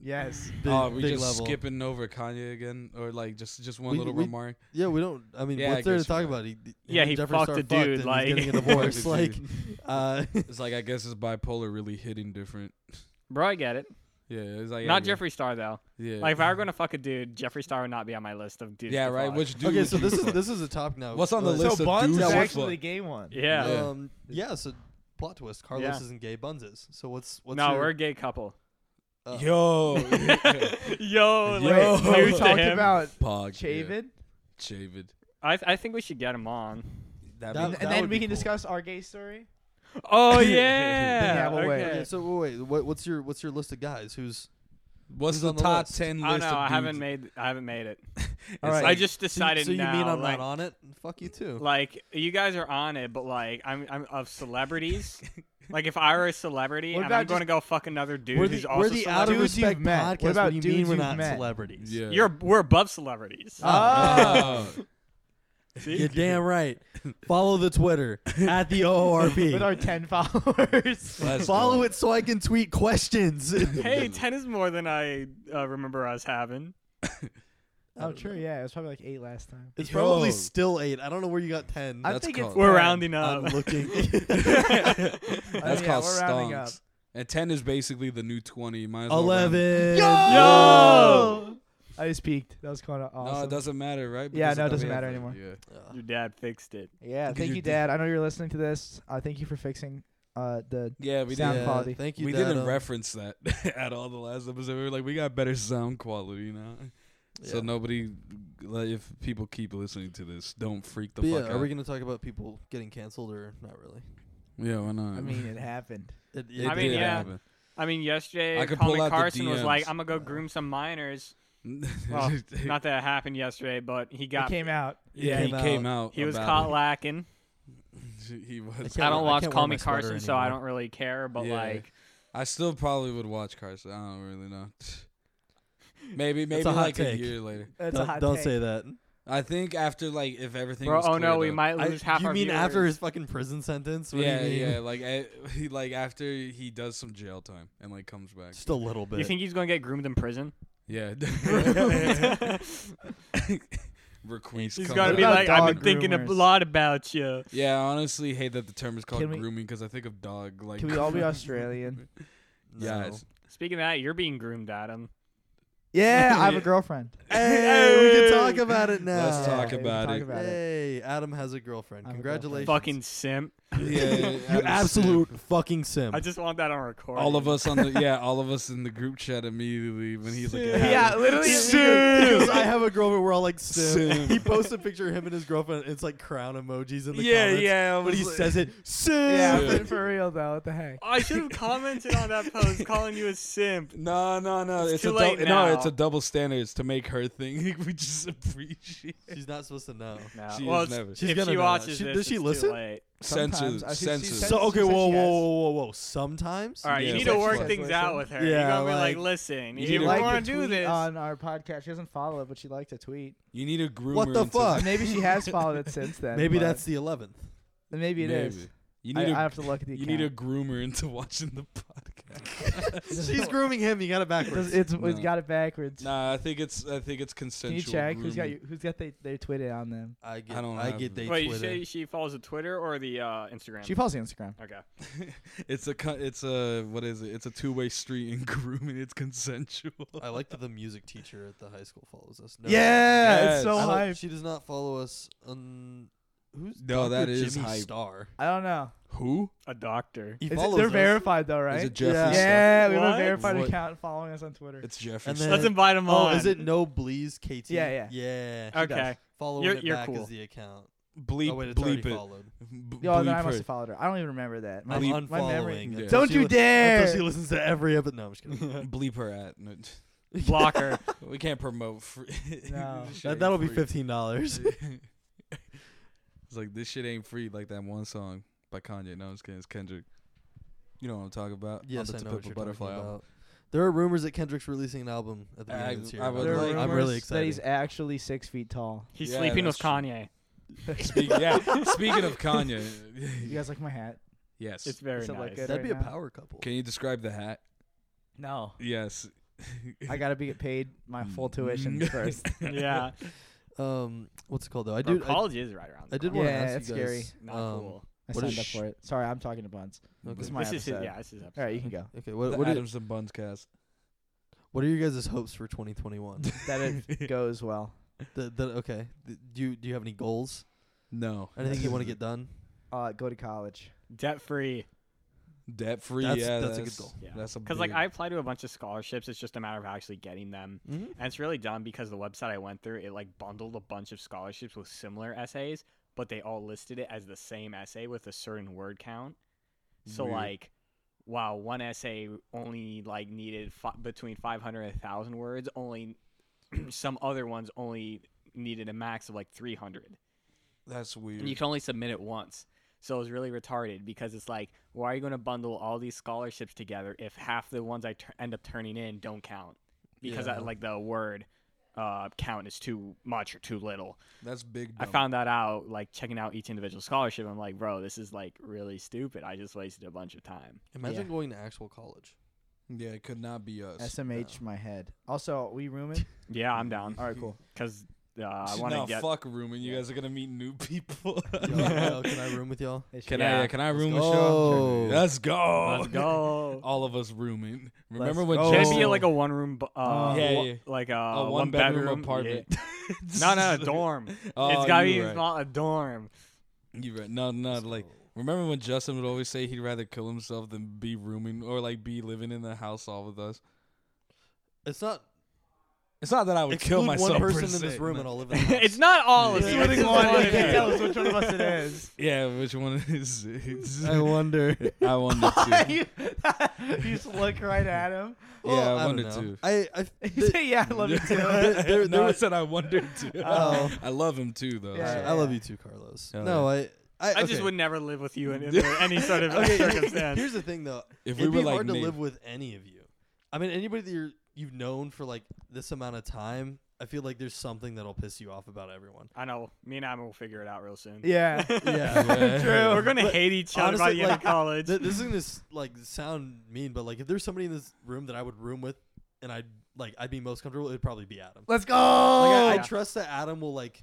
Yes.
Big,
oh, we
big
just
level.
skipping over Kanye again, or like just just one
We-
little
we-
remark.
Yeah, we don't. I mean,
Yeah, I
what's there to
guess you're
talk
right.
about? He, him
Yeah,
and
he
Jeffree
fucked
Star
a dude,
fucked and he's
like-
getting a
Fucked a
divorce. like,
dude.
uh,
It's like I guess it's bipolar really hitting different.
Bro, I get it.
Yeah, it's like
not
yeah,
Jeffree Star though.
Yeah,
Like if I were gonna fuck a dude, Jeffree Star would not be on my list of dudes.
yeah,
to
right.
fuck.
Which dude?
okay,
would
so
you
this is
fuck?
this is a topic now.
What's on the
Uh,
list?
so
of
Buns
dudes
is
that would
actually the
fuck?
gay one.
yeah.
Yeah.
Um, yeah. So plot twist: Carlos
Yeah.
isn't gay. Buns is. So what's what's
no,
your,
we're a gay couple.
uh,
Yo,
Yo,
Yo.
like,
Wait,
news
we
to
talked
him.
about
Pog, yeah.
Chavin,
Chavid.
I I think we should get him on.
That-
That'd be-
and,
that
then
would
we
be
can
cool.
discuss our gay story.
Oh yeah.
Yeah, well, wait.
okay.
Okay, so wait, what, what's your what's your list of guys? Who's
What's
Who's
the
on the
top
list?
I
ten
don't
list?
know. I
of
haven't
dudes?
made I haven't made it.
It's
All right.
I
like-
just decided
So you
now.
mean I'm
like,
not on it? Fuck you too.
like you guys are on it, but like I'm I'm of celebrities. like if I were a celebrity
What
and
about
I'm going to go fuck another dude
we're
who's
the,
also
we're the out of
celebrity-
Dudes you've
respect
met.
podcast.
What about
do you
dudes
mean we're
you've
not
met?
celebrities?
yeah.
You're we're above celebrities.
Ah,
Oh.
Oh.
See?
You're damn right. Follow the Twitter at the OORB.
With our ten followers.
Let's
Follow
go.
it so I can tweet questions.
hey, ten is more than I uh, remember us having.
Oh,
I'm sure. Yeah, it was probably like eight last time.
It's probably
Yo.
still eight. I don't know where you got ten.
I
That's
think it's
Oh,
called-
We're
10.
rounding up.
I'm looking.
Oh,
That's
yeah,
called
we're rounding up.
stonks. And ten is basically the new twenty. Might as well round-
Eleven.
Yo!
I just peeked. That was kind of awesome.
No, it doesn't matter, right?
Yeah,
Because
no, it
of the
doesn't
way
matter
it's, like,
anymore.
Yeah.
Ugh.
Your dad fixed it.
Yeah,
Could
thank
you
you,
do-
Dad. I know you're listening to this. Uh, thank you for fixing uh, the.
Yeah, we
Sound
didn't.
quality.
Thank you.
We didn't
Dada.
reference that at all. The last episode, we were like, we got better sound quality now, so
Yeah.
nobody. Like, if people keep listening to this, don't freak the
But
fuck
yeah,
out.
are we gonna talk about people getting canceled or not really?
yeah, why not?
I mean, it happened.
It,
It
I mean,
did
yeah.
happen.
I mean, yesterday
I could pull
Colin
out the
Carson was like,
DMs.
"I'm gonna go groom some minors." Well, Not that it happened yesterday, but he
It
got
came out.
yeah,
It
he
came
came out.
he was
about
caught
it.
lacking.
he was.
I
can't wear-
don't
I
watch
can't
Call
wear
Me
my sweater
Carson, so I
anymore.
don't really care. But
Yeah.
like,
I still probably would watch Carson. I don't really know. maybe
That's a
maybe
hot
like
take.
a year later.
That's a
don't
hot
don't
take.
say that.
I think after like if everything.
bro,
was
oh no,
cleared
we
up-
might
I-
lose half
you
our
mean after
viewers.
his fucking prison sentence? What do
Yeah,
you mean?
yeah, like I, he like after he does some jail time and like comes back.
Just a little bit.
You think he's gonna get groomed in prison?
Yeah. Requees.
He's
come
gonna
up.
be
What about
like, I've been
dog
thinking a
groomers?"
lot about you.
Yeah, I honestly hate that the term is called
Can we-
grooming because I think of dog. Like,
Can we all be Australian?
No.
Yeah. it's-
Speaking of that, you're being groomed, Adam.
Yeah, I have
Yeah.
a girlfriend.
Hey, we can talk
Hey!
about it now.
Let's
Yeah,
talk
we can
about
talk
it.
about it.
Hey, Adam has a girlfriend.
I have a
Congratulations.
girlfriend.
Fucking simp.
Yeah,
you
Adam's
absolute fucking simp.
I just want that on record.
All of us on the yeah, all of us in the group chat immediately when he's like,
Yeah, literally.
He goes,
Sim.
I have a girlfriend. We're all like simp.
Simp.
He posts a picture of him and his girlfriend. It's like crown emojis in the
yeah,
comments.
yeah. I
But
was
he
like-
says it simp.
Yeah,
Yeah.
but for real though, what the heck?
I should have commented on that post calling you a simp.
No, no, no.
It's
It's,
too
a dou-
late
no. It's
now.
a double standard. It's to make her think we just appreciate.
She's not supposed to know.
No.
She
well,
is
it's-
never.
She's
if
gonna
she
know.
watches
She-
this,
does she
it's
listen?
Too late.
Censors,
Sometimes. I see-
censors.
see-
So okay,
She said
whoa, whoa,
she has.
whoa, whoa, whoa. Sometimes.
All right,
Yeah,
you need to
that's
work
what-
things out with her.
Yeah,
You're gonna be like,
like-
listen,
You
if
need
you
to
like
want
to
to do
tweet
this,
on our podcast. She doesn't follow it, but she liked to tweet.
You need a groomer.
What the
into
fuck?
Maybe she has followed it since then.
Maybe
but-
that's the 11th.
Maybe it is.
Maybe. You need
I,
a
I have to look at the.
you need a
account.
groomer into watching the podcast.
She's grooming him. You got it backwards.
Does- It's, it's
No.
got it backwards.
nah, I think it's I think it's
Can you
consensual.
check who's got
grooming.
you, who's got they, their Twitter on them?
I get.
I don't
I
have
get. They
wait, you
Twitter.
say she follows the Twitter or the uh, Instagram?
She follows the Instagram.
okay.
It's a co- it's a what is it? It's a two way street in grooming. It's consensual.
I like that the music teacher at the high school follows us. No,
yeah,
Yes.
it's so
I don't-
hype.
She does not follow us on. Who's Dr.
No, that is
Jimmy
hype.
Star.
I don't know.
Who
A doctor.
He
Is it-
follows
they're
us.
verified though,
is
right?
it? Jeffrey.
Yeah.
Star?
yeah, we have
What?
a verified
What?
account following us on Twitter.
It's Jeffrey.
And
Star.
Let's invite him
Oh,
on.
is it No Blees KT?
Yeah, yeah.
yeah. she does.
Okay.
Following
You're-
it
you're
back
cool.
is the account.
bleep
oh wait, it's already
bleep it.
followed.
B-
Yo, then
bleep
I must
her.
have followed her. I don't even remember that. My,
I'm
bleep-
my memory.
unfollowing.
Yeah.
until
Don't
she
you
li-
dare!
Until she listens to every episode. No, I'm just kidding.
bleep her at. No, t-
Block her.
we can't promote. Free.
No.
This shit
that,
ain't
that'll be
free.
fifteen dollars.
it's like this shit ain't free. Like that one song by Kanye. No, it's, Ken- it's Kendrick. You know what I'm talking about?
yes,
On
I
the
know
To
what
Pimp a
you're
Butterfly
talking
album.
about. There are rumors that Kendrick's releasing an album at the
I-
beginning of this year.
I
by
would
the
there
way.
like-
are
I'm
rumors
really
that he's
excited.
actually six feet tall.
He's
Yeah,
sleeping with
that's true.
Kanye.
Speak, yeah. Speaking of Kanye,
You guys like my hat?
yes.
It's very
Is it
nice.
like it?
That'd be a
right now.
power couple.
Can you describe the hat?
No,
Yes.
I gotta be paid my full tuition first.
yeah.
Um, what's it called though? I
Bro,
do. I,
college is right around.
I
the
did
corner.
want to
Yeah,
ask
that's
you
scary.
guys.
Not
um,
cool.
I
What
signed
is
up
sh-
for it. Sorry, I'm talking to Buns.
okay.
This is my
this is his,
episode.
yeah. This is episode.
All right, you can go.
Okay, what
the
what are,
Adams and Buns cast.
what are your guys' hopes for 2021?
That it goes well.
the, the, okay, Th- do you do you have any goals?
No.
Anything you want to get done?
Uh, go to college.
Debt free.
Debt free.
That's-
yeah,
that's a good goal.
Yeah.
That's a
Because like
big-
I applied to a bunch of scholarships. It's just a matter of actually getting them.
Mm-hmm.
And it's really dumb because the website I went through, it like bundled a bunch of scholarships with similar essays, but they all listed it as the same essay with a certain word count. So
Weird.
like, wow, one essay only like needed fi- between 500 and 1,000 words. Only some other ones only needed a max of like 300.
That's weird.
And you can only submit it once. So it was really retarded because it's like, why are you going to bundle all these scholarships together if half the ones I tur end up turning in don't count? Because I,
Yeah.
like the word uh, count is too much or too little.
that's big.
I
dumb.
found that out like checking out each individual scholarship. I'm like, bro, this is like really stupid. I just wasted a bunch of time.
Yeah.
Imagine going to actual college.
Yeah, it could not be us.
SMH my head. Also, we rooming.
Yeah, I'm down
All right, cool.
because uh, I want to
no,
get.
fuck rooming. You guys are gonna meet new people.
Yo, yo, can I room with y'all?
can I?
Yeah.
yeah, Can I room with y'all?
Oh,
Let's go.
Let's go.
All of us rooming. Remember
Let's
when
go.
Can
Jesse
it be like a one room? bu- Uh,
Oh. Yeah,
wa-
yeah.
Like a,
A
one,
one bedroom apartment.
no, no, a dorm.
Oh,
it's gotta be
you right.
not a dorm.
You right? No, no. Like remember when Justin would always say he'd rather kill himself than be rooming or like be living in the house all with us.
it's not.
It's not that I would
Exclude
kill myself.
one
per
person in
se,
this room,
but-
and I'll live in. The house.
it's not all. It's
Yeah.
just
Including
one.
one.
of
You
you.
can't tell us
which one of us it is.
Yeah, which one is it?
I wonder.
I wonder too.
you just look right at him.
Yeah, I
Well, don't
wondered
know.
too.
I, I
You say, yeah, I love you too.
there- there
no, I
was-
said I wondered too.
Oh.
I love him too, though.
Yeah,
I-
so.
I love you too, Carlos.
Oh,
no, I. I,
I just
okay.
would never live with you in, in any sort of
Okay,
circumstance.
here's the thing, though.
If we
It'd
were
be
like
hard to
Nate-
live with any of you. I mean, anybody that you're, you've known for like this amount of time, I feel like there's something that'll piss you off about everyone.
I know. Me and I will figure it out real soon.
Yeah.
Yeah.
We're gonna hate each other by
honestly,
the end of
like,
college.
Th- this is gonna s- like sound mean, but like if there's somebody in this room that I would room with, and I would like I'd be most comfortable, it'd probably be Adam.
Let's go.
Like, I, I
Yeah.
trust that Adam will like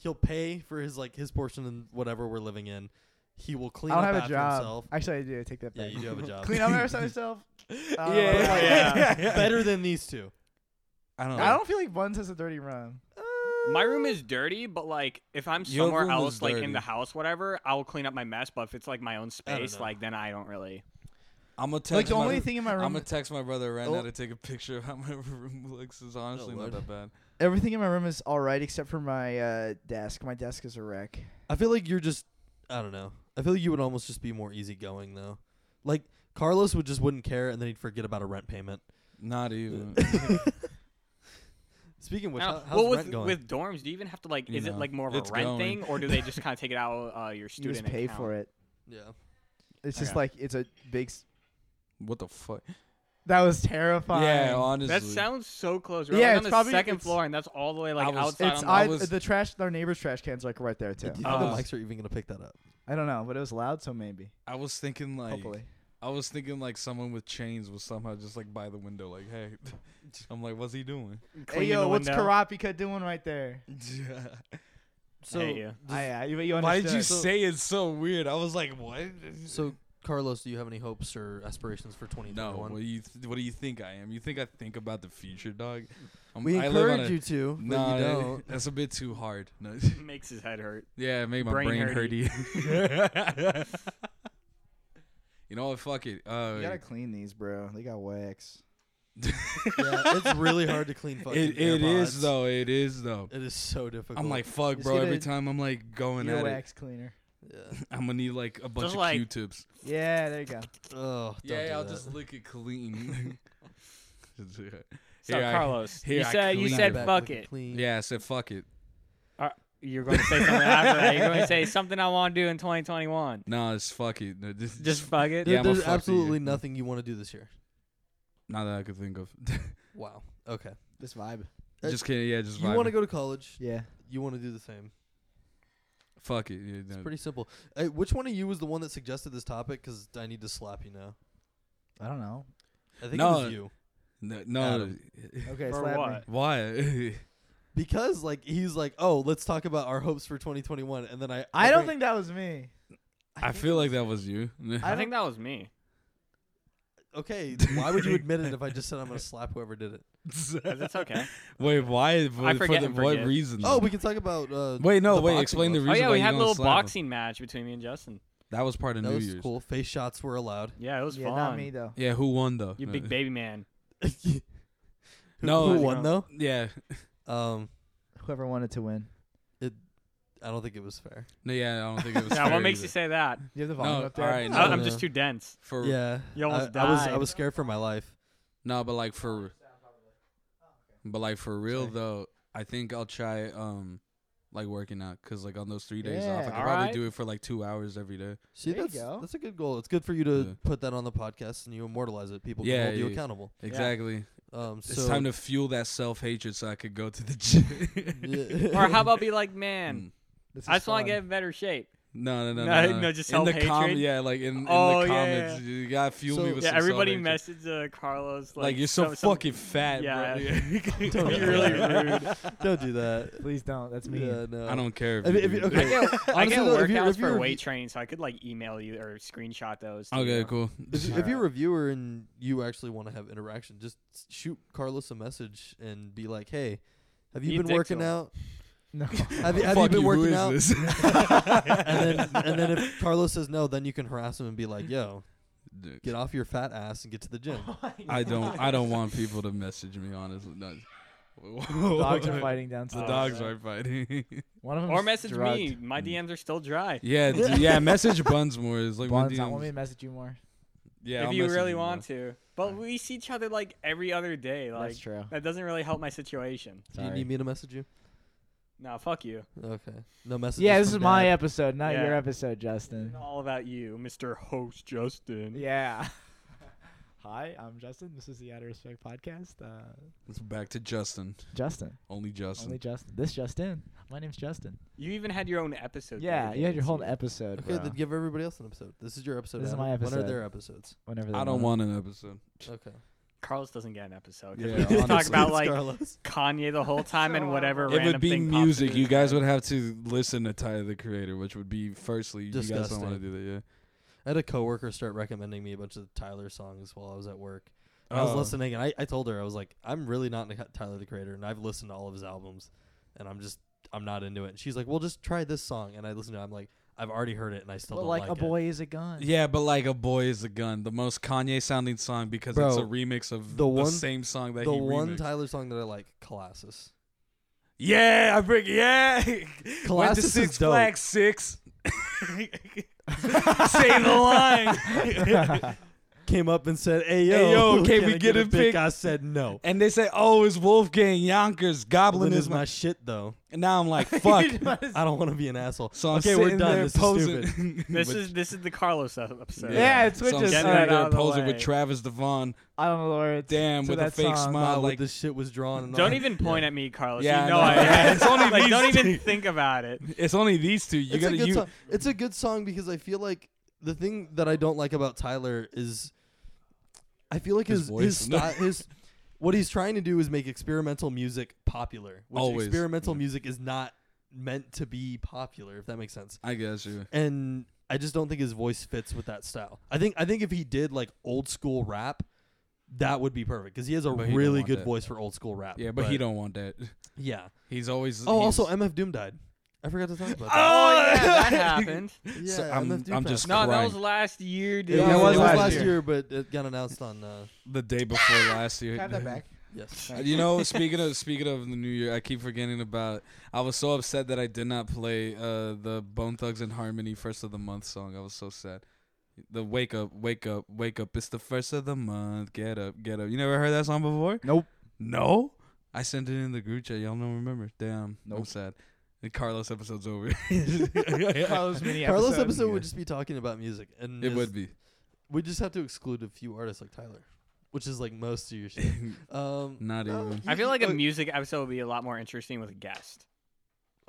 he'll pay for his like his portion and whatever we're living in. He will clean
I don't
up
have a
after
job.
himself.
Actually, I do. Take that
Yeah,
back.
you do have a job.
Clean up after myself. Uh,
yeah.
Better than these two.
I don't. Know.
I don't feel like Buns has a dirty room.
my room is dirty, but like if I'm
Your
somewhere
room is
else, like in
dirty.
the house, whatever, I will clean up my mess. But if it's like my own
don't
space,
know.
like then I don't really.
I'm gonna text
Like the
my,
only thing in my
I'm
room,
gonna text my brother right now
Oh.
to take a picture of how my room looks. It's honestly not
Lord.
that bad.
everything in my room is all right except for my uh, desk. My desk is a wreck.
I feel like you're just I don't know. I feel like you would almost just be more easygoing though. Like Carlos would just wouldn't care and then he'd forget about a rent payment.
Not even.
Speaking of which,
I
how,
don't-
how's
well, with
rent going?
with dorms, do you even have to like?
You
Is
know,
it like more of a
it's
rent
going.
thing, or do they just kind of take it out of uh, your
You
student
just pay
account?
for it.
yeah.
It's just
Okay.
like it's a big. S-
what the fuck?
that was terrifying.
Yeah, honestly.
That sounds so close. We're
Yeah,
like
it's
on the
probably-
second
it's-
floor, and that's all the way
I
like
was-
outside.
It's
on the-
I
I,
was-
the trash. Our neighbor's trash cans like right there
Do
too.
you think the
Uh,
mics are even gonna pick that up?
I don't know, but it was loud, so maybe.
I was thinking like
Hopefully.
I was thinking like someone with chains was somehow just like by the window. Like, hey, I'm like, what's he doing?
Hey
cleaning
yo,
the
what's
window.
Karapika doing right there?
So,
hate you.
does-
I, I, you, you
Why did you
understood.
say it so weird? I was like, what?
so Carlos, do you have any hopes or aspirations for
No,
2021?
what do you th- what do you think I am? You think I think about the future, dog? I'm,
we
I live on
encourage
a-
you to, but
No,
you don't.
that's a bit too hard. No.
makes his head hurt.
yeah, it made my
Brain
brain,
hurty.
hurty. you know what? Fuck it. Uh,
You gotta clean these, bro. They got wax.
yeah, it's really hard to clean fucking
it it
AirPods.
is though. It is though.
It is so difficult.
I'm like fuck,
Just
bro.
get
Every
a
time I'm like going
Your
at
wax cleaner.
yeah.
it, I'm gonna need like a bunch
Just
of
like-
Q-tips.
Yeah, there you go.
Oh, don't
yeah,
do
I'll
that.
just lick it clean.
So
Here I-
Carlos,
here
you
I
said you
cleaned
said
it.
fuck it.
Clean.
yeah, I said fuck it.
You're going to say something after that. You're going to say something I want to do in 2021.
No, it's fuck it. No, just,
Just fuck it.
There-
Yeah, I'm a
there's
fuck to you.
absolutely nothing you want to do this year.
not that I could think of.
Wow. Okay.
This vibe.
Uh,
just kidding. Yeah, just
You want to
vibing.
go to college.
Yeah.
You want to do the same.
Fuck it. Yeah,
It's
no.
pretty simple. Hey, which one of you was the one that suggested this topic? Because I need to slap you now.
I don't know.
I think it
No.
was you.
No, no.
Okay,
For
slap me.
what?
why?
Because like he's like, oh, let's talk about our hopes for 2021, and then I
I don't
bring-
think that was me.
I feel like that was you.
I, think that was me.
okay. Why would you admit it if I just said I'm gonna slap whoever did it?
That's okay.
Wait, why? For,
forget
for the,
and
what
forget.
reason?
Oh, we can talk about. Uh,
wait, no,
the
wait.
boxing
Explain the
was-
reason.
Oh yeah,
why
we
you
had a
gonna
little
slap him.
boxing match between me and Justin.
That was part of
That
New
was
Year's.
cool. Face shots were allowed.
Yeah, it was
yeah,
fun.
not me though.
Yeah, who won though? Uh,
You
No.
big baby man.
Who-
No,
who
I-
won though?
Yeah,
Um,
Whoever wanted to win.
I don't think it was fair.
no, yeah. I don't think it was.
Yeah,
fair
what makes
either.
you say that?
You have the
No,
volume up there.
alright,
I,
no.
I'm just too dense.
for?
Yeah,
You almost
I, I was I
died.
was scared for my life.
No, but like for,
oh,
but like for real though, I think I'll try um, like working out because like on those three days off, I
Yeah,
can probably
alright.
do it for like two hours every day.
See,
There you
that's
go.
that's a good goal. It's good for you to
Yeah.
put that on the podcast and you immortalize it. People
Yeah,
can hold you
yeah.
accountable.
Exactly.
Um, so
It's time to fuel that self hatred so I could go to the gym.
Yeah.
Or how about be like, man,
Mm.
This
I
is
just want
fun.
to get in better shape.
No, no, no,
No,
no, no.
no, just
in the
self-hatred?
yeah, like in, in
Oh, yeah,
the comments,
yeah.
you gotta fuel
So-
me with
Yeah,
some
everybody
self-hatred.
messaged uh, Carlos like,
Like, you're so
some- some-
fucking fat,
Yeah.
bro.
Don't
do
be really
that.
rude.
Don't do that.
Please don't. That's me.
Yeah, no.
I don't care. If
I mean, if
you do
you-
that.
I
okay.
get, I
Honestly,
get
though,
workouts
if you- if
for
you're-
weight training, so I could like email you or screenshot those. to
Okay,
you. Oh
cool.
If,
Alright.
if you're a viewer and you actually want to have interaction, just s- shoot Carlos a message and be like, "Hey, have you
You
been
dick
working
to him.
out?
No.
Have, you- have
Fuck
you been
who
working
is
out?"
this?
and then and then if Carlos says no, then you can harass him and be like, "Yo,
Dude,
get off your fat ass and get to the gym."
I don't. I don't want people to message me. Honestly, no.
Dogs are fighting downstairs.
The
Oh,
dogs
right.
are fighting.
One of them
Or message me. My DMs are still dry.
yeah, d- yeah. Message Buns more. It's like my
Buns, I
DMs.
want me to message you more.
Yeah,
if
I'll
you
message
really
you more.
want to. But we see each other like every other day. Like
That's true.
that doesn't really help my situation.
Do you
Sorry.
need me to message you?
No, fuck you.
Okay. No message.
Yeah, this is my episode, not
Yeah.
your episode,
It's
Justin.
all about you, Mr. Host Justin.
Yeah. Hi, I'm Justin. This is the Out of Respect podcast. Uh,
It's back to Justin.
Justin.
Only Justin.
Only Justin. This Justin. My name's Justin.
You even had your own episode. the
yeah,
other
you had
day,
your whole
too.
episode.
Okay,
bro.
then give everybody else an episode. This is your episode.
This is
Adam.
my
When
episode.
are their episodes?
Whenever they
I don't want an episode.
Okay.
Carlos doesn't get an episode. 'cause
Yeah,
we just talk
honestly.
about like
Carlos.
Kanye the whole time and whatever.
It
random
would be
thing pops
music.
into
You
his
guys
head.
would have to listen to Tyler the Creator, which would be firstly you guys don't want to
Disgusting.
do that. Yeah.
I had a coworker start recommending me a bunch of Tyler songs while I was at work. And I
Oh.
was listening, and I, I told her I was like, I'm really not into Tyler the Creator, and I've listened to all of his albums, and I'm just I'm not into it. And she's like, Well, just try this song, and I listened to. it. I'm like, I've already heard it, and I still
But
don't
like,
like,
a
it.
boy is a gun.
Yeah, but like a boy is a gun, the most Kanye sounding song because it's a
Bro,
remix of
the
the,
one-
same song that
The
he
one
remixed.
Tyler song that I like, Colossus.
Yeah, I bring yeah. Went to
Colossus is
Six
dope.
Flags six. Say the line.
Came up and said, Hey
yo,
can, we get, a pic? I said no.
and they say, "Oh, it's Wolfgang Yonkers. Goblin
Goblin
is my."
shit though.
And now I'm like, "Fuck."
I don't want to be an asshole.
so I'm
okay, we're
sitting
done.
there
This is
posing.
stupid.
This is this is the Carlos episode.
Yeah, it
so I'm
switches.
sitting
Get that out
there
of the
posing with
way.
Travis Devon.
I don't know the words.
Damn,
to
with a
that
fake
song.
smile.
Wow,
Like,
like this shit was drawn. And
Don't
all.
even point at me, Carlos.
Yeah, I
you know
know.
I
Yeah,
am.
it's only
like,
these
don't
two.
even think about it.
it's only these two. You
it's
gotta
a good
you.
song. It's a good song because I feel like the thing that I don't like about Tyler is, I feel like his
His
his
voice.
style, his what he's trying to do is make experimental music popular. Which
Always, Mm-hmm.
experimental
yeah.
music is not meant to be popular, if that makes sense.
I guess you.
And I just don't think his voice fits with that style. I think I think if he did like old school rap, that would be perfect because he has a
But he don't
really
want
good
that.
voice for old school rap.
Yeah, but, he don't want that.
Yeah.
He's always.
Oh,
he's-
also MF Doom died. I forgot to talk about
Oh
that.
Oh,
yeah, that happened.
yeah,
So I'm-
MF Doom
I'm
passed
just
No, that
Crying.
was last year, dude.
It, was, it was last,
year.
year. but it got announced on. Uh,
the day before last year.
Have that back.
yes.
Uh, You know, speaking of speaking of the new year, I keep forgetting about. I was so upset that I did not play uh, the Bone Thugs and Harmony first of the month song. I was so sad. The wake up, wake up, wake up! It's the first of the month. Get up, get up! You never heard that song before?
Nope.
No. I sent it in the group chat. Y'all don't remember? Damn. I'm
Nope.
sad. The Carlos episode's over.
Carlos mini
Carlos
episode.
episode
Yeah.
would just be talking about music, and
it
is-
would be.
We just have to exclude a few artists like Tyler, which is like most of your shit. Um,
Not
no,
even.
you-
I feel like a
uh,
music episode would be a lot more interesting with a guest.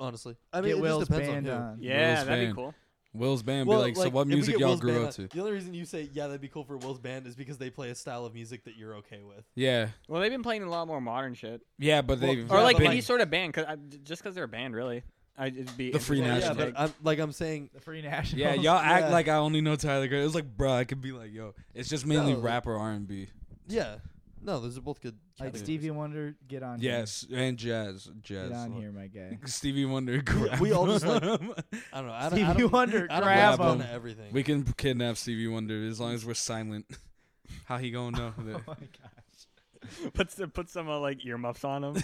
honestly. I
Get
mean, it
Will's
just depends on
band
who.
uh,
on.
Yeah,
Will's
that'd
fan.
be cool.
Will's band
Well,
be like, so
like,
what
if we
music
get
y'all
Will's
grew
band
up
on-
to?
The only reason you say yeah, that'd be cool for Will's band is because they play a style of music that you're okay with.
Yeah,
Well, they've been playing a lot more modern shit,
yeah, but
Well,
they
or
Yeah,
like
but
any
like-
sort of band, cause I, j- just because they're a band, really. I, it'd be
The Free
interesting.
Yeah,
National.
but I'm, like I'm saying,
The Free Nationals.
Yeah, y'all act
Yeah.
like I only know Tyler Gray. It was like, bruh, I could be like, yo, it's just mainly
No.
rap or R and B.
yeah, no, those are both good.
Like
categories.
Stevie Wonder, get on. here.
Yes, and jazz, jazz.
Get on here, my guy.
Stevie Wonder. grab
we all just, like,
him.
I don't know. I don't, I
Stevie
don't,
Wonder,
I don't
grab
grab
listen
him.
him.
to everything.
we can kidnap Stevie Wonder as long as we're silent. How he gonna know?
Oh
That?
my gosh.
Put s- put some uh, like earmuffs on them.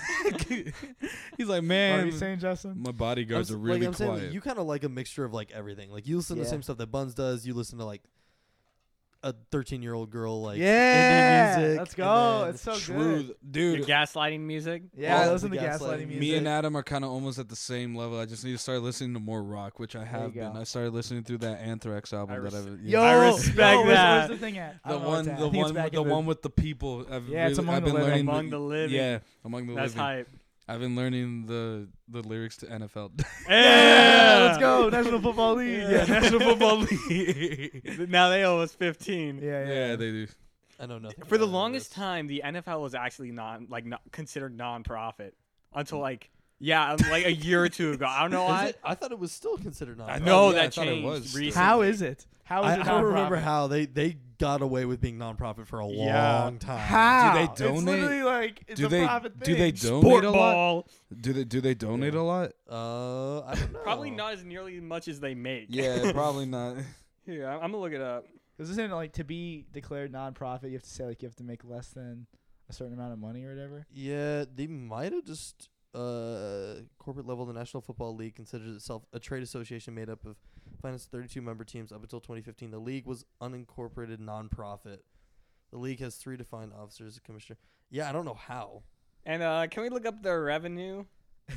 What
He's like,
are you
man,
saying, Justin?
my
I'm
bodyguards
s-
are really
like, I'm saying, like,
quiet.
you kind of like a mixture of like everything. Like you listen to
Yeah.
the same stuff that Buns does. You listen to like a 13 year old girl like
Yeah,
indie music.
let's
and
go.
then-
It's so
True,
good.
the
dude.
gaslighting music.
Yeah,
All
listen
the
to
gaslighting
gaslighting
music.
me
music.
and Adam are kind of almost at the same level. I just need to start listening to more rock, which I
you
have been.
go.
I started listening through that Anthrax album
I
that
res-
I've.
Yo,
yeah.
I
yo,
respect
where's- where's,
that.
the thing at? I
the
don't know where
one,
it's at.
the
I think it's
one,
back
with the
in
one with the people. I've
Yeah, it's
really-
Among
I've
the
been
Living.
learning
Among the Living.
Yeah, among the
That's
living.
hype.
I've been learning the the lyrics to NFL.
Yeah,
let's go National Football League.
Yeah.
Yeah,
National Football
League.
now they owe us 15.
yeah, yeah.
yeah, they do.
I know nothing.
For the
about any of
longest
this.
time, the NFL was actually non like not considered non-profit until like yeah, like a year or two ago. I don't know
Is
why.
it? I thought it was still considered non.
I
No,
Oh, yeah, I
that
thought it
changed
was still.
recently.
How is it? How is
I,
it?
I don't remember
nonprofit?
how they they got away with being nonprofit for a
Yeah.
long time.
How?
they
It's
donate-
literally like it's
do
a
they-
profit
do they
thing.
donate
Sport
a lot?
ball.
Do they do they donate
Yeah.
a lot?
Uh, I don't know.
Probably not as nearly as much as they make.
Oh. Yeah, probably not.
Here, I'm I'm gonna look it up.
Because isn't it like to be declared nonprofit, you have to say like you have to make less than a certain amount of money or whatever.
Yeah, they might have just uh corporate level. The National Football League considers itself a trade association made up of financed 32 member teams up until 2015. The league was unincorporated nonprofit. The league has three defined officers, a commissioner. Yeah, I don't know how.
And uh, can we look up their revenue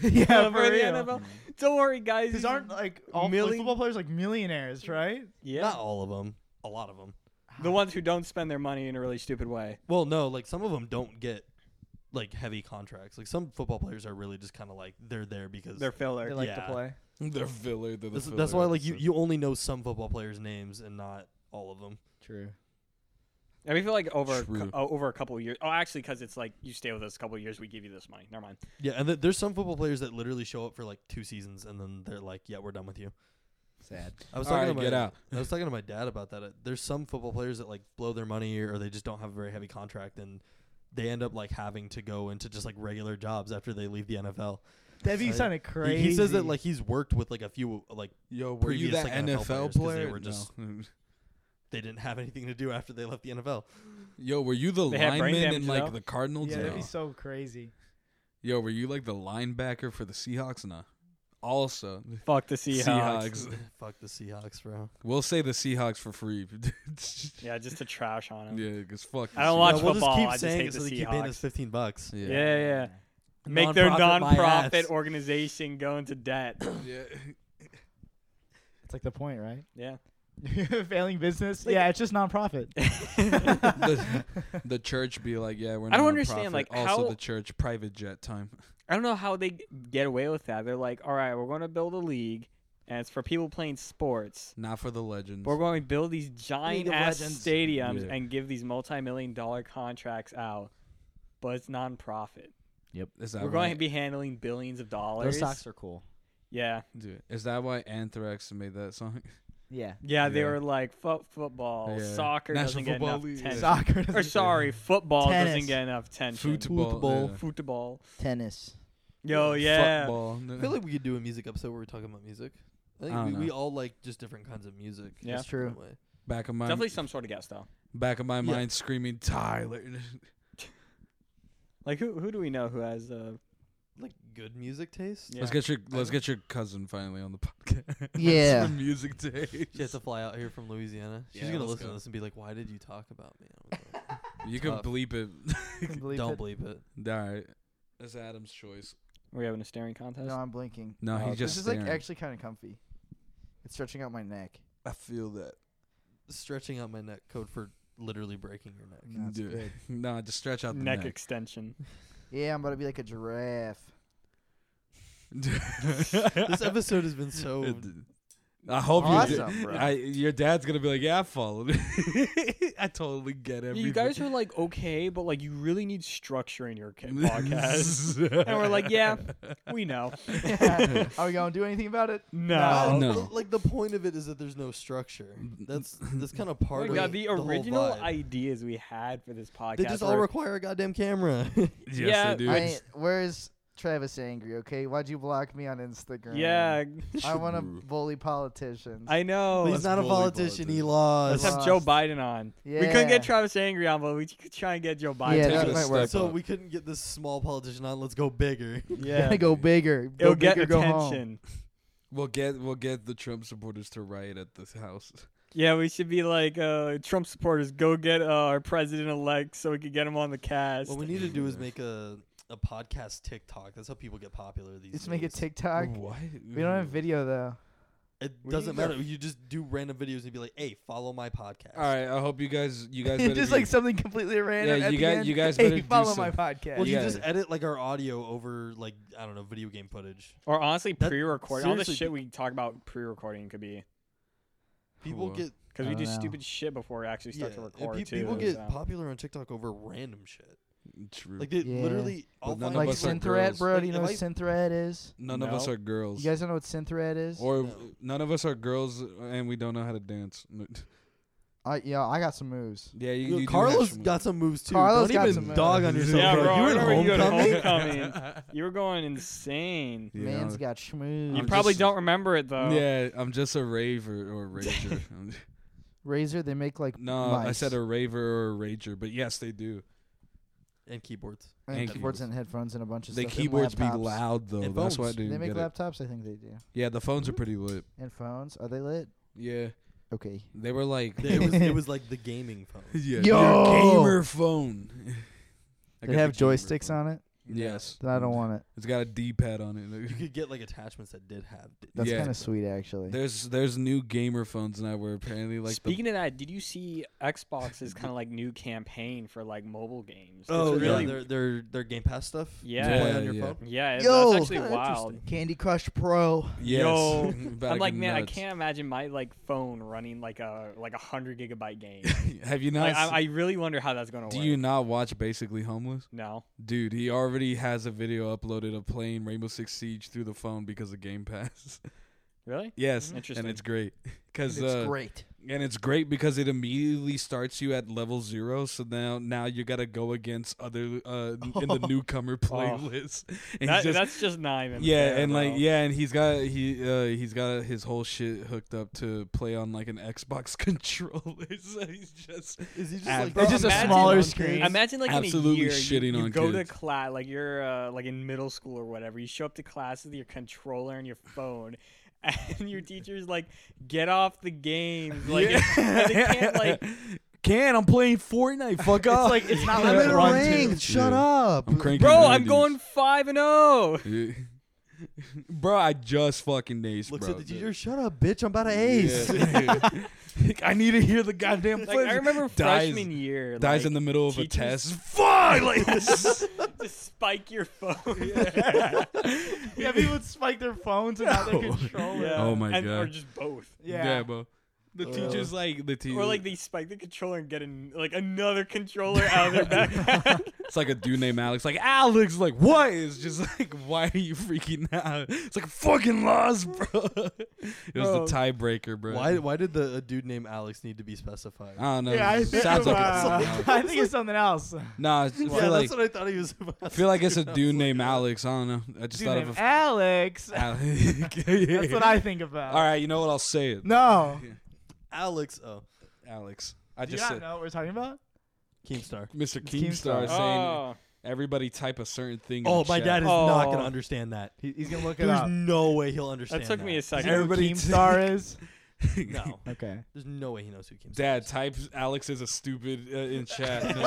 yeah,
uh, for the NFL?
Mm.
Don't worry, guys.
These aren't like all like,
Milli-
football players like millionaires, right?
yeah
Not all of them. A lot of them.
the ones who don't spend their money in a really stupid way.
Well, no, like some of them don't get like heavy contracts. Like some football players are really just kind of like they're there because
They're filler.
They like
Yeah.
to play.
They're filler. They're the
that's,
filler
that's why like you,
episode.
you only know some football players' names and not all of them.
True.
I mean, I feel like over a cou-
True.
oh, over a couple of years. Oh, actually, because it's like you stay with us a couple of years, we give you this money. Never mind.
Yeah, and th- there's some football players that literally show up for like two seasons and then they're like, "Yeah, we're done with you."
Sad.
I was
All
talking to
right,
my,
get out.
I was talking to my dad about that. Uh, There's some football players that like blow their money or they just don't have a very heavy contract and they end up like having to go into just like regular jobs after they leave the NFL.
That'd be
Like,
kind of
He-
crazy.
He, says that like he's worked with like a few like
Yo, were you
previous,
that
like, NFL
NFL
players 'cause they
player?
were just-
No.
they didn't have anything to do after they left the NFL.
Yo, were you the
They had brain
lineman
damage,
in
though?
like the Cardinals?
yeah, that'd
No.
be so crazy.
Yo, were you like the linebacker for the Seahawks? Nah. Also,
Fuck the
Seahawks.
Fuck the Seahawks, bro.
we'll say the Seahawks for free.
Yeah, just to trash on them.
yeah, because fuck. the
I don't watch
Seahawks.
we'll
football,
just keep
I just
saying
hate
it
the
so they keep paying us
Seahawks.
fifteen bucks.
Yeah.
Yeah, yeah. Make their
Nonprofit my ass.
nonprofit organization go into debt.
Yeah.
It's like the point, right?
Yeah.
Failing business. yeah, it's just nonprofit.
the, the church be like, yeah, we're.
I don't
nonprofit.
understand, like,
also
how-
the church private jet time.
I don't know how they g- get away with that. They're like, all right, we're going to build a league, and it's for people playing sports.
Not for the legends.
We're going to build these giant ass
Legends.
stadiums
Yeah.
and give these multi million dollar contracts out, but it's nonprofit.
Is that
we're
why,
going to be handling billions of dollars.
Those socks are cool.
yeah.
Dude, is that why Anthrax made that song?
Yeah.
Yeah, they
Yeah.
were like, Fuck football,
Yeah.
soccer
National
doesn't get
Football
enough
League.
attention.
Soccer.
Or sorry, football
Tennis.
doesn't get enough attention.
Football.
Football.
yeah.
Football.
Tennis.
Yo, yeah.
Football.
I feel like we could do a music episode where we're talking about music. I think
I don't
we, we
know.
all like just different kinds of music.
Yeah.
That's true.
Way.
back of my
Definitely some sort of guest though.
back of my
Yeah.
mind screaming Tyler.
Like who who do we know who has uh
Like good music taste.
yeah.
Let's get your
I
let's
know.
get your cousin finally on the podcast.
Yeah.
For music day.
She has to fly out here from Louisiana. She's
Yeah,
gonna
let's
listen
go.
to this and be like, "Why did you talk about me?" I was like,
You can
Tough.
bleep it.
Don't believe it.
All right. That's Adam's choice.
Are we having a staring contest?
No, I'm blinking.
No,
Oh,
he's
okay.
just
This is like
staring.
actually kind of comfy. It's stretching out my neck.
I feel that.
Stretching out my neck code for literally breaking your neck.
No, it's
Do it.
good.
Nah, just stretch out the
neck,
neck.
extension.
Yeah, I'm about to be like a giraffe.
this episode has been so.
I hope
Awesome,
you.
bro.
I, your dad's gonna be like, "Yeah, I followed." it." I totally get everything.
You guys are like okay, but like you really need structure in your kid podcast. and we're like, yeah, we know.
Yeah. Are we gonna do anything about it?
No.
No. Mm,
Well, Like the point of it is that there's no structure. That's that's kind of
Oh my
part
God,
of
the
whole
original
vibe.
ideas we had for this podcast.
They just all
were-
require a goddamn camera.
yes,
Yeah,
they do.
I ain't- where's Travis angry? Okay, why'd you block me on Instagram?
yeah,
I want to bully politicians.
I know.
He's
Let's
not a
bully
politician. He
politicians.
lost.
Let's have
lost.
Joe Biden on.
yeah.
We couldn't get Travis angry on, but we could try and get Joe Biden.
Yeah,
Take
that
it a
might
step
work.
So
up.
we couldn't get this small politician on. Let's go bigger.
yeah.
I go bigger. Go
It'll
big
get
or go home.
attention.
we'll get we'll get the Trump supporters to riot at this house.
Yeah, we should be like uh, Trump supporters. Go get uh, our president elect so we could get him on the cast.
What we need to do is make a a podcast TikTok. That's how people get popular these
Let's
days.
Oh,
make a TikTok.
What?
We don't have video though.
It
What do you
doesn't
go-
matter. You just do random videos and be like, "Hey, follow my podcast."
All right, I hope you guys you guys better
just
be-
like something completely random.
Yeah,
at
you
the
guys-
end.
you guys better
hey,
do
follow my
something.
podcast.
Well, you
Yeah.
just edit like our audio over like I don't know video game footage.
Or honestly,
That-
pre-recording. All this
seriously,
shit we talk about pre-recording could be
People
Cool.
get
because
I
we do
don't know.
stupid shit before we actually
yeah,
start to
and
record
pe-
too.
people get
so.
popular on TikTok over random shit.
True.
Like they
Yeah.
literally all find
none of
like
like
us are
Synthread,
girls.
bro. Do you
Like,
know what
if I-
Synthread is?
None of us
No.
are girls.
You guys don't know what Synthread is?
or
No.
none of us are girls, and we don't know how to dance.
I Uh, yeah, I got some moves.
yeah, you,
Yo,
you
Carlos
do
got uh, some moves too.
Carlos
don't
got
even
some moves.
dog on yourself,
Yeah,
bro.
bro, I
you in
remember you at
homecoming?
homecoming. You were going insane.
Yeah,
Man's
I'm-
got schmooze.
You
I'm
probably
just-
don't remember it though.
Yeah, I'm just a raver or a rager. I'm-
Razor, they make like
no, I
mice
said a raver or a rager, but yes, they do.
and keyboards.
and
and
keyboards
keyboards.
and headphones and a bunch of
The
stuff. and
keyboards be
laptops.
loud though.
And
That's why I
phones.
didn't
They make
get it.
laptops, I think they do.
Yeah, the phones are pretty lit.
And phones, are they lit?
Yeah,
Okay.
they were like
it was it was like the gaming phone.
yeah,
Yo!
your gamer phone.
They
I got
have
the gamer
joysticks
phone.
on it.
Yes,
Then I don't want it.
It's got a D-pad on it.
You could get like attachments that did have.
That's
Yeah.
kind of sweet, actually.
There's there's new gamer phones now where apparently like
Speaking of that, did you see Xbox's kind of like new campaign for like mobile games? It's
Oh,
really?
really? Their their their Game Pass stuff.
the
Yeah,
Play
yeah,
on your
yeah.
phone.
it-
Yo,
that's actually
kinda
wild.
interesting.
Candy Crush Pro.
Yes.
Yo,
About to
I'm
get
like, man, I
nuts.
can't imagine my like phone running like a like a hundred gigabyte game.
Have you not?
like, I,
se-
I really wonder how that's gonna
do
work.
you not watch Basically Homeless?
no,
Dude, he already has a video uploaded of playing Rainbow Six Siege through the phone because of Game Pass.
really?
yes,
Interesting.
and it's great because
It's
uh,
great.
and it's great because it immediately starts you at level zero. So now now you gotta go against other uh, in the newcomer playlist. And
That,
he's just-
that's just not even.
yeah,
fair,
and like
bro.
yeah, and he's got he uh, he's got his whole shit hooked up to play on like an Xbox controller. so he's just
Is he just
Ah,
like
bro,
It's just a
imagine-
smaller
imagine-
screen.
Imagine like
Absolutely
in a year,
shitting
you, you
on
go
kids.
to class, like you're uh, like in middle school or whatever. You show up to class with your controller and your phone, and your teacher's like, "Get off the games!" Like, and they can't like.
can I'm playing Fortnite. Fuck off.
like it's not
I'm in a
run
ring.
to.
Shut
Yeah.
up.
I'm cranking
Bro, I'm
grandies.
going five and oh. zero.
Yeah. bro, I just fucking aced,
looks
bro.
at the teacher. Shut up, bitch! I'm about to ace.
Yeah. I need to hear the goddamn
Like I remember
Dies-
freshman year,
Dies
like,
in the middle of a
teachers-
test. Fuck! Like,
just spike your phone.
yeah, people would spike their phones and not their controller.
Yeah.
Oh my
and, or
God.
just both.
Yeah.
bro. The
Uh,
teacher's like the teacher.
Or like they spike the controller and get an, like another controller out of their backpack.
It's like a dude named Alex. Like Alex, like what? It's just like why are you freaking out? It's like fucking lost, bro. It was
Bro.
the tiebreaker, bro.
Why why did the a dude named Alex need to be specified?
I don't know.
Yeah, I
it
think,
um, sounds like
uh,
it's
I think it's something else. Dude
Nah, I feel
yeah,
like
that's what I thought he was. About
I feel like it's a dude named Alex. I don't know. I just thought
named
of a
Alex.
Alex.
That's what I think about.
All right, you know what? I'll say it.
No.
Alex. Oh,
Alex. I
Do you
just
not
said
know what we're talking about?
Keemstar.
It's
Mr.
Keemstar.
Keemstar saying
Oh.
everybody type a certain thing. in
Oh,
the
my
chat.
dad is not
Oh.
gonna understand that.
He, he's gonna look it
There's
up.
no way he'll understand.
That took me a
Do
second.
you know who
Everybody-
Keemstar is.
No,
Okay.
there's no way he knows who Keemstar.
Dad,
is.
type Alex is a stupid uh, in chat.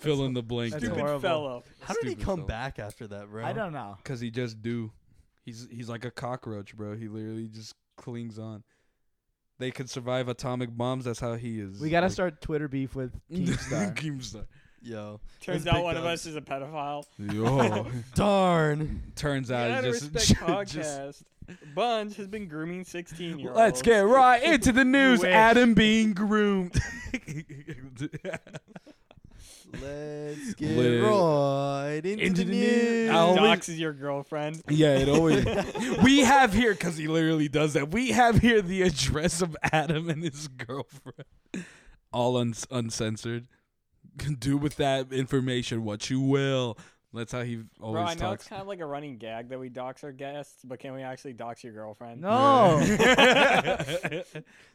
Fill in the blank.
That's
Stupid
horrible.
fellow.
How did he
Stupid
come
fella.
back after that, bro?
I don't know.
Cause he just do. He's he's like a cockroach, bro. He literally just clings on. They could survive atomic bombs. That's how he is.
We gotta
Like-
start Twitter beef with Keemstar.
Keemstar.
Yo,
Turns
Those
out
big
one of
dogs.
us is a pedophile.
Yo.
darn.
Turns
You
out
gotta
he's just,
respect
just
podcast. Bunge has been grooming 16 year olds.
Let's get right into the news.
wish.
Adam being groomed.
Let's get
Lit.
right into, the, news.
I always-
Dox is your girlfriend.
yeah, it always. we have here because he literally does that. We have here the address of Adam and his girlfriend, all uns uncensored. Can do with that information what you will. That's how he always
Bro, I know it's
talks.
kind of like a running gag that we dox our guests, but can we actually dox your girlfriend?
no.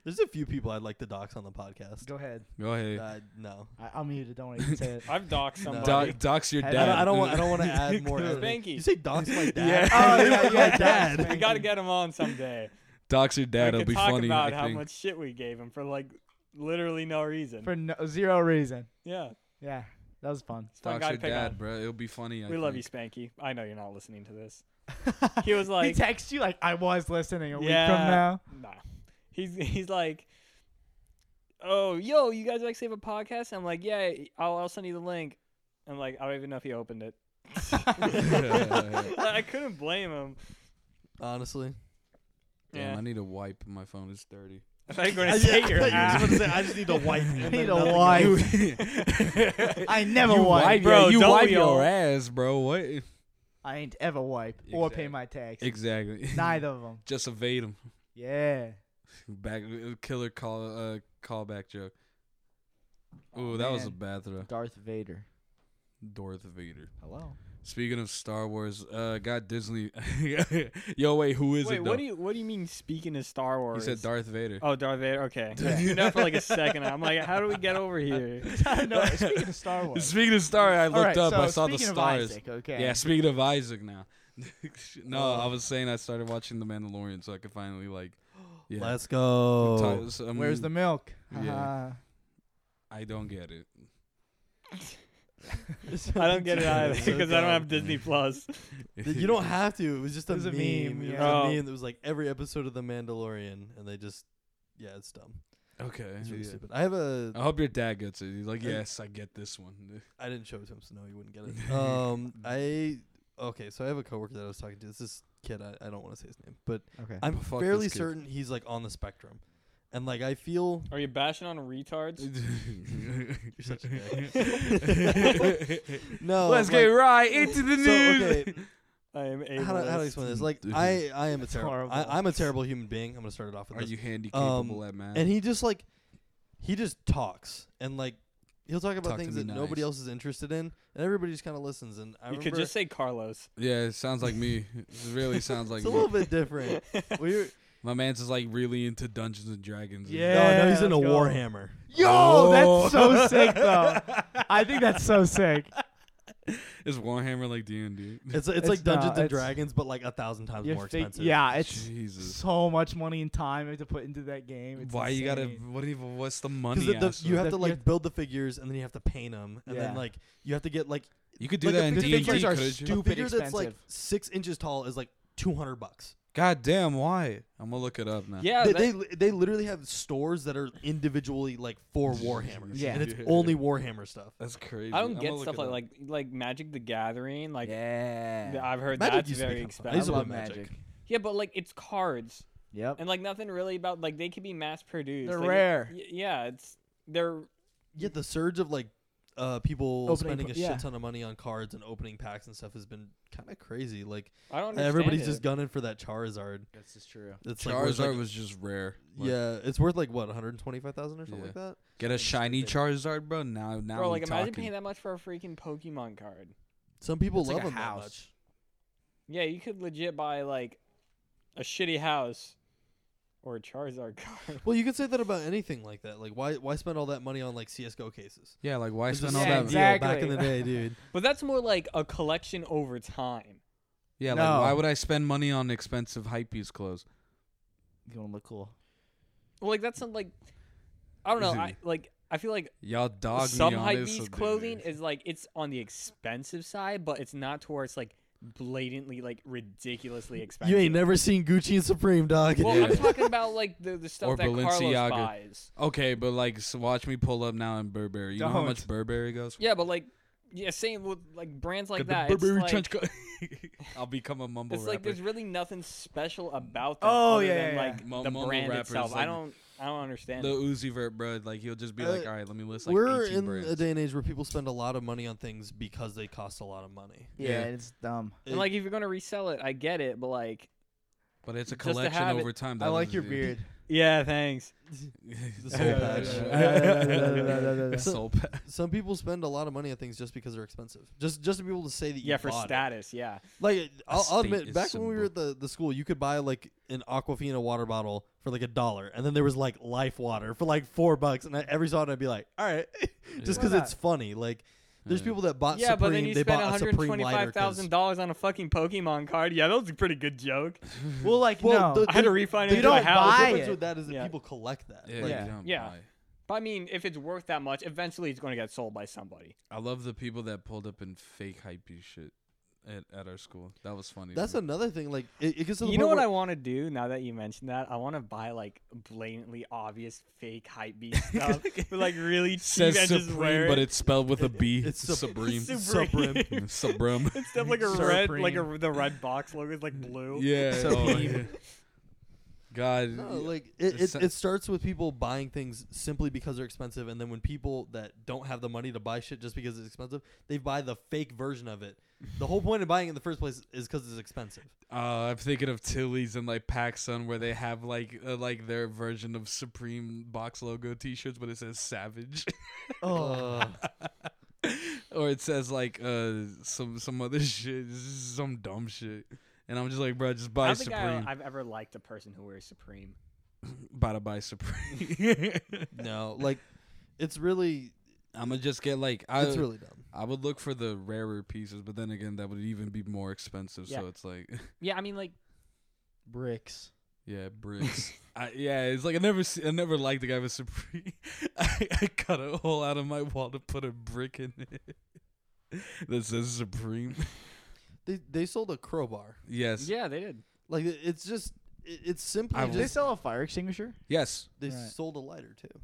There's a few people I'd like to dox on the podcast.
Go ahead.
Go ahead.
Uh, no,
I, I'm muted. Don't even say it.
I've doxed somebody.
Do- dox your
I
dad.
don't-
I don't. I don't, want- I don't want to add more. editing.
Spanky.
You say dox my dad?
Yeah.
Oh, yeah,
Like
yeah,
my
dox
dad.
Spanky.
we gotta get him on someday.
dox your dad.
we
It'll
could
be
talk
funny.
about
I
how
think.
much shit we gave him for like literally no reason.
For no, zero reason.
yeah,
Yeah. That was fun.
it's a fun
dox
guy
your
to pick
dad,
on.
bro. It'll be funny. I
We love you,
think.
Spanky. I know you're not listening to this. He was like,
he texts you like, I was listening a week
Yeah.
from now.
nah. He's he's like, oh yo, you guys like save a podcast? I'm like, yeah, I'll I'll send you the link. I'm like, I don't even know if he opened it. I couldn't blame him.
Honestly,
Damn,
Yeah.
I need a wipe. My phone is dirty.
I thought you were gonna say your ass.
I just need a wipe.
I need a wipe. I never
you
wipe.
wipe,
Bro,
yeah, you
don't
wipe
we all?
your ass, bro. What?
I ain't ever wipe or pay
Exact-
my tax.
Exactly.
Neither of them.
Just evade him.
Yeah.
Back killer call uh callback joke. Ooh, that was a
man.
bad throw.
Darth Vader.
Darth Vader.
Hello.
Speaking of Star Wars, uh, got Disney. Yo, wait, who is
Wait,
it?
what
though?
do you what do you mean? Speaking of Star
He
Wars,
said Darth Vader.
Oh, Darth Vader. Okay, you know for like a second. I'm like, how do we get over here?
no, speaking of Star Wars.
Speaking of Star, I
All
looked
right,
up.
so
I saw the
speaking of
stars.
Isaac, okay.
Yeah, speaking of Isaac now. no, I was saying I started watching The Mandalorian, so I could finally like. Yeah.
Let's
I'm
go.
tired, so I'm-
Where's the milk?
Mm. Yeah. I don't get it.
I don't get it either because I don't have Disney Plus.
You don't have to. It was just a,
It was a
meme.
meme,
It was
yeah.
a
Oh.
meme that was like every episode of The Mandalorian, and they just, yeah, it's dumb.
Okay.
It's really
yeah.
stupid. Uh, I have a.
I hope your dad gets it. He's like,
I-
yes, I get this one.
I didn't show it to him, so no, he wouldn't get it. Um, I okay, so I have a coworker that I was talking to. It's this kid. I, I don't want to say his name, but
Okay.
I'm
Fuck this
fairly
kid.
certain he's like on the spectrum, and like I feel
Are you bashing on retards?
You're
such a no.
Let's
I'm
get
like,
right into the news.
so, okay,
I am able.
how do, how do I explain this? Like I I am a terrible.
horrible.
I, I'm a terrible human being. I'm gonna start it off with
Are
this.
you handicapable
Um,
at math?
and he just like he just talks and like he'll talk about
Talk to
things
me
that nobody
nice.
else is interested in, and everybody just kind of listens. And I
You
remember
could just say Carlos.
yeah, it sounds like me. It really sounds like
it's a
me.
little bit different. we were,
My man's is like really into Dungeons and Dragons. and-
Yeah.
no, no, he's in a
let's go.
Warhammer.
Yo,
Oh.
that's so sick though. I think that's so sick.
Is Warhammer like D and D?
It's it's,
It's
like Dungeons
not,
and
it's-
Dragons, but like a thousand times
Your
more
fig-
expensive.
yeah, it's
Jesus.
so much money and time you have to put into that game. It's
Why you gotta?
insane.
What even? What's the
because
money? aspect?
you have
The-
to
you
like
have-
build the figures and then you have to paint them, and then
Yeah.
like you have to get like
You could do
like,
that
a
in
the
D and D.
figures are
Could you?
stupid.
a figure that's like
expensive.
six inches tall is like two hundred bucks.
God damn! Why? I'm gonna look it up now.
Yeah,
They,
that-
they li- they literally have stores that are individually like for Warhammer,
Yeah.
and it's
Yeah.
only Warhammer stuff.
That's crazy.
I don't
I'm
get
gonna look
stuff
it
like
up.
like like Magic the Gathering. Like
yeah.
th- I've heard
Magic
that's
used to be
very
kinda fun. I used
expensive.
to
love
play Magic.
Magic.
Yeah, but like it's cards
Yep.
and like nothing really about like they could be mass produced.
They're
Like, it-
rare.
y- yeah, it's they're
Yeah, the surge of like uh people
Opening
spending
pa-
a shit
yeah.
ton of money on cards and opening packs and stuff has been kind of crazy. Like
I don't. Understand
everybody's
it.
just gunning for that Charizard.
That's just true.
It's like, worth,
Charizard
like
was just rare. Like,
Yeah, it's worth like what 125,000 or something
Yeah.
like that.
Get a
It's
shiny
stupid.
Charizard, bro. Now, now.
Bro,
I'm
like imagine
talking.
paying that much for a freaking Pokemon card.
Some people
It's like
love
a
them that
house.
much.
Yeah, you could legit buy like a shitty house or a Charizard card.
Well, you could say that about anything like that. Like why why spend all that money on like CS:GO cases?
Yeah, like why
It's the
spend all
same
that?
exact-
deal back in the
Exactly.
day, dude.
But that's more like a collection over time.
Yeah,
No.
like why would I spend money on expensive hypebeast clothes?
You want to look cool?
Well, like that's some like I don't know. I like I feel like
Y'all dog
some
me on
hype
this
beast
one, dude.
clothing is like it's on the expensive side, but it's not to where it's like blatantly like ridiculously expensive.
You ain't never seen Gucci and Supreme, dog.
Well, I'm
Yeah.
talking about like the, the stuff
Or
that Carlos
Balenciaga.
buys.
Okay, but like, so watch me pull up now in Burberry. You know how much
Don't.
Burberry goes?
Yeah, but like yeah, same with like brands like that.
Got The
It's
Burberry
like,
trench coat. I'll become a mumble
It's
rapper.
like there's really nothing special about them.
Oh,
other
yeah,
than,
yeah, yeah.
like
Mu-
the
mumble
brand
rappers,
itself. I
like-
don't, I don't understand.
the
it.
Uzi Vert, bro. Like he'll just be like,
Uh,
all right, let me list like
We're
18
in
brands.
a day and age where people spend a lot of money on things because they cost a lot of money.
Yeah,
Yeah.
it's dumb.
and like if you're gonna resell it, I get it, but like,
but it's a
just to
collection
have it-
over time.
I
that
like
was
your
it.
beard.
yeah, thanks.
the
soul patch.
The soul patch.
some people spend a lot of money on things just because they're expensive. Just just to be able to say that you
Yeah, for
bought it.
status, yeah.
Like I'll, I'll
state
admit,
is
back when we were at
symbol.
the, the school, you could buy like an Aquafina water bottle for like a dollar, and then there was like Life water for like four bucks, and I, every so often I'd be like, all right, just
Yeah.
because
Why
it's funny. Like there's
Yeah.
people that bought
yeah,
Uh, Supreme,
but then you
they
spend
bought a Supreme lighter. 'cause-
$125,000 on a fucking Pokemon card. Yeah, that was a pretty good joke.
Well, like
Well,
no.
the-
I had to
They-
refinance
they
into
don't
a house.
buy
the difference
it.
with that is that
Yeah.
people collect that.
Yeah,
Like,
yeah.
Yeah. But I mean, if it's worth that much, eventually it's going to get sold by somebody.
I love the people that pulled up in fake hypey shit. at, at our school. That was funny.
That's
dude.
another thing. Like it, it gets to the
You know
point
what I
where-
want to do now that you mentioned that? I want to buy like blatantly obvious fake hype beat stuff, but like really cheap
says
and just wear
supreme, but it's spelled with a B.
it's
It's
sup-
supreme.
Supreme.
Mm, supreme.
and stuff like a red, like
Supreme.
a the red box logo is like blue.
Yeah. oh, yeah. God.
No,
yeah.
like it, it,
so-
it starts with people buying things simply because they're expensive, and then when people that don't have the money to buy shit just because it's expensive, they buy the fake version of it. The whole point of buying it in the first place is because it's expensive.
Uh, I'm thinking of Tilly's and like PacSun where they have like uh, like their version of Supreme box logo T-shirts, but it says Savage,
Oh,
or it says like uh some some other shit, some dumb shit. And I'm just like, bro, just
I
buy
don't think I,
Supreme,
I've ever liked a person who wears Supreme.
buy to buy Supreme.
no, like it's really
I'm gonna just get like I
it's really dumb.
I would look for the rarer pieces, but then again, that would even be more expensive. So
Yeah.
it's like,
Yeah, I mean like
Bricks.
yeah, bricks. I, yeah, it's like I never, see, I never liked the guy with Supreme. I, I cut a hole out of my wall to put a brick in it that says Supreme.
They they sold a crowbar.
Yes,
yeah, they did.
Like it, it's just it, it's simply
I
Did they
just
sell a fire extinguisher?
yes.
they
Right.
sold a lighter too.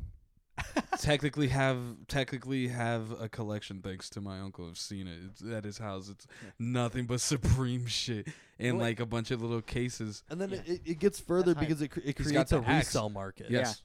technically have technically have a collection thanks to my uncle. I've seen it it's at his house. It's nothing but Supreme shit and
Well,
like a bunch of little cases.
And then
Yeah.
it it, it gets further
That's hype.
because it, cre- it
He's
creates
got
a
the axe.
resale market.
Yeah.
Yes,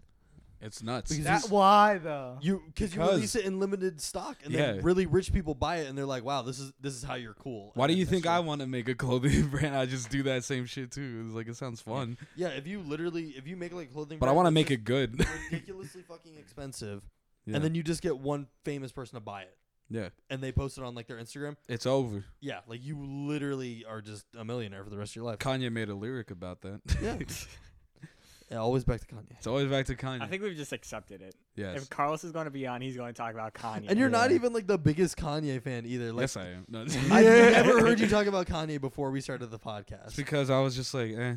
it's nuts.
Because
That
he's-
why though?
You because you
Because-
release it in limited stock, and
Yeah.
then really rich people buy it, and they're like, "Wow, this is this is how you're cool."
Why
And
do
then
you
that's
think
your-
I want to make a clothing brand? I just do that same shit too. It's like it sounds fun,
Yeah, if you literally if you make like clothing,
but I
brand
want to
that's
make
just
it good.
ridiculously fucking expensive,
yeah.
and then you just get one famous person to buy it,
yeah,
and they post it on like their Instagram.
it's over.
Yeah, like you literally are just a millionaire for the rest of your life.
Kanye made a lyric about that.
yeah. yeah, always back to Kanye.
It's always back to Kanye.
I think we've just accepted it.
yes,
If Carlos is going to be on, he's going to talk about Kanye.
And you're not
Yeah.
even like the biggest Kanye fan either. Like,
yes, I am. No,
I've
Yeah.
never heard you talk about Kanye before we started the podcast.
it's because I was just like, eh.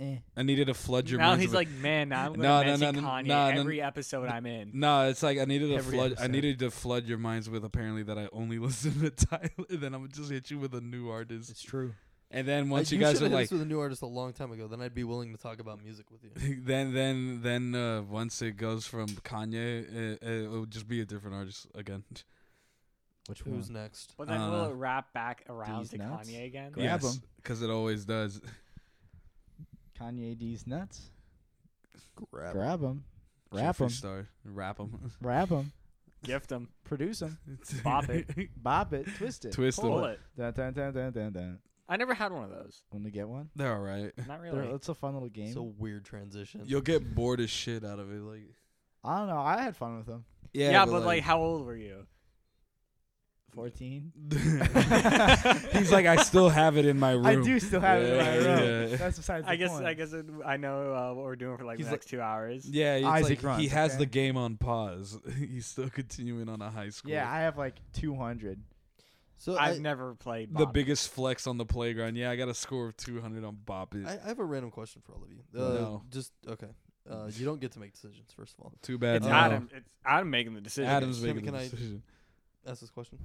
Eh.
I needed to flood your.
now
minds
he's
with-
like, man, now I'm going to
No, no, no,
mention
no,
Kanye
no, no,
every episode I'm in.
No, it's like I needed to
Every
flood. I
episode.
needed to flood your minds with apparently that I only listen to Tyler. Then I'm gonna just hit you with a new artist,
It's true.
and then
Uh,
once you guys
shoulda
are
hit us
like,
with a new artist a long time ago, then I'd be willing to talk about music with you.
then then then uh, once it goes from Kanye, uh, uh, it'll just be a different artist again.
Which
Who's next?
But then
Uh,
will it wrap back around
these
to
nuts?
Kanye again?
Yeah. Grab 'em.
because it always does.
Kanye D's nuts.
Grab.
Grab him. Wrap
Jeffree
him.
Star, wrap him,
Wrap him.
Gift him.
Produce him.
Bop it.
Bop it. Twist it.
twist
Pull
them.
Dun,
it.
dun, dun, dun, dun, dun.
I never had one of those.
Want to get one?
They're all right.
Not really.
They're- It's a fun little game.
It's a weird transition.
You'll get bored as shit out of it. Like
I don't know. I had fun with them.
yeah, but, like, how old were you?
14.
he's like, I still have it in my room.
I do still have it in my
Yeah,
room.
yeah.
That's besides the
I guess
point.
I guess it, I know uh, what we're doing for like
He's
the next two hours.
Yeah, it's
Isaac
like he
runs,
has
okay?
the game on pause. He's still continuing on a high school.
Yeah, I have like 200.
So
I've
I,
never played.
the
Bop.
biggest flex on the playground. Yeah, I got a score of 200 on Bop It.
I, I have a random question for all of you. Uh,
No.
Just okay. Uh, you don't get to make decisions. First of all,
Too bad.
It's
no.
Adam. It's Adam making the decision.
Adam's
Can-
making
can
the
I-
decision.
ask this question.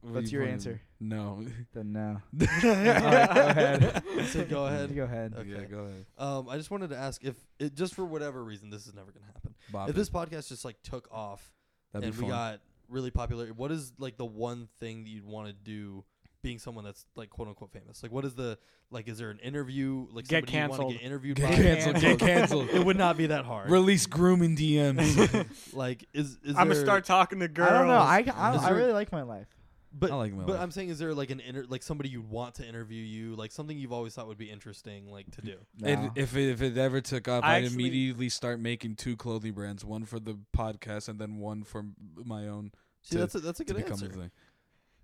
What are
What's
you
your
pointing?
answer?
No.
Then no.
yeah,
go ahead.
So go ahead.
Go ahead.
Okay.
go ahead.
Um, I just wanted to ask if it just for whatever reason this is never gonna happen.
Bop
If
It.
this podcast just like took off
That'd
and
be
we
fun.
got really popular, what is like the one thing that you'd want to do? Being someone that's like quote unquote famous, like what is the like? Is there an interview? Like
Get
somebody you want
canceled.
to get interviewed
Get
by?
canceled. Get
it
canceled.
would not be that hard.
Release grooming DMs.
Like is is
I'm gonna
there-
start talking to girls.
I don't know. I, I,
Is
I
there-
really like my life.
But
I like my
but
life.
I'm saying, is there like an inter- like somebody you want to interview you, like something you've always thought would be interesting, like to do?
No.
It, if it, if it ever took off,
I
I'd
actually-
immediately start making two clothing brands, one for the podcast and then one for m- my own
See,
To-
that's a, that's a
to
good
become
answer.
a thing.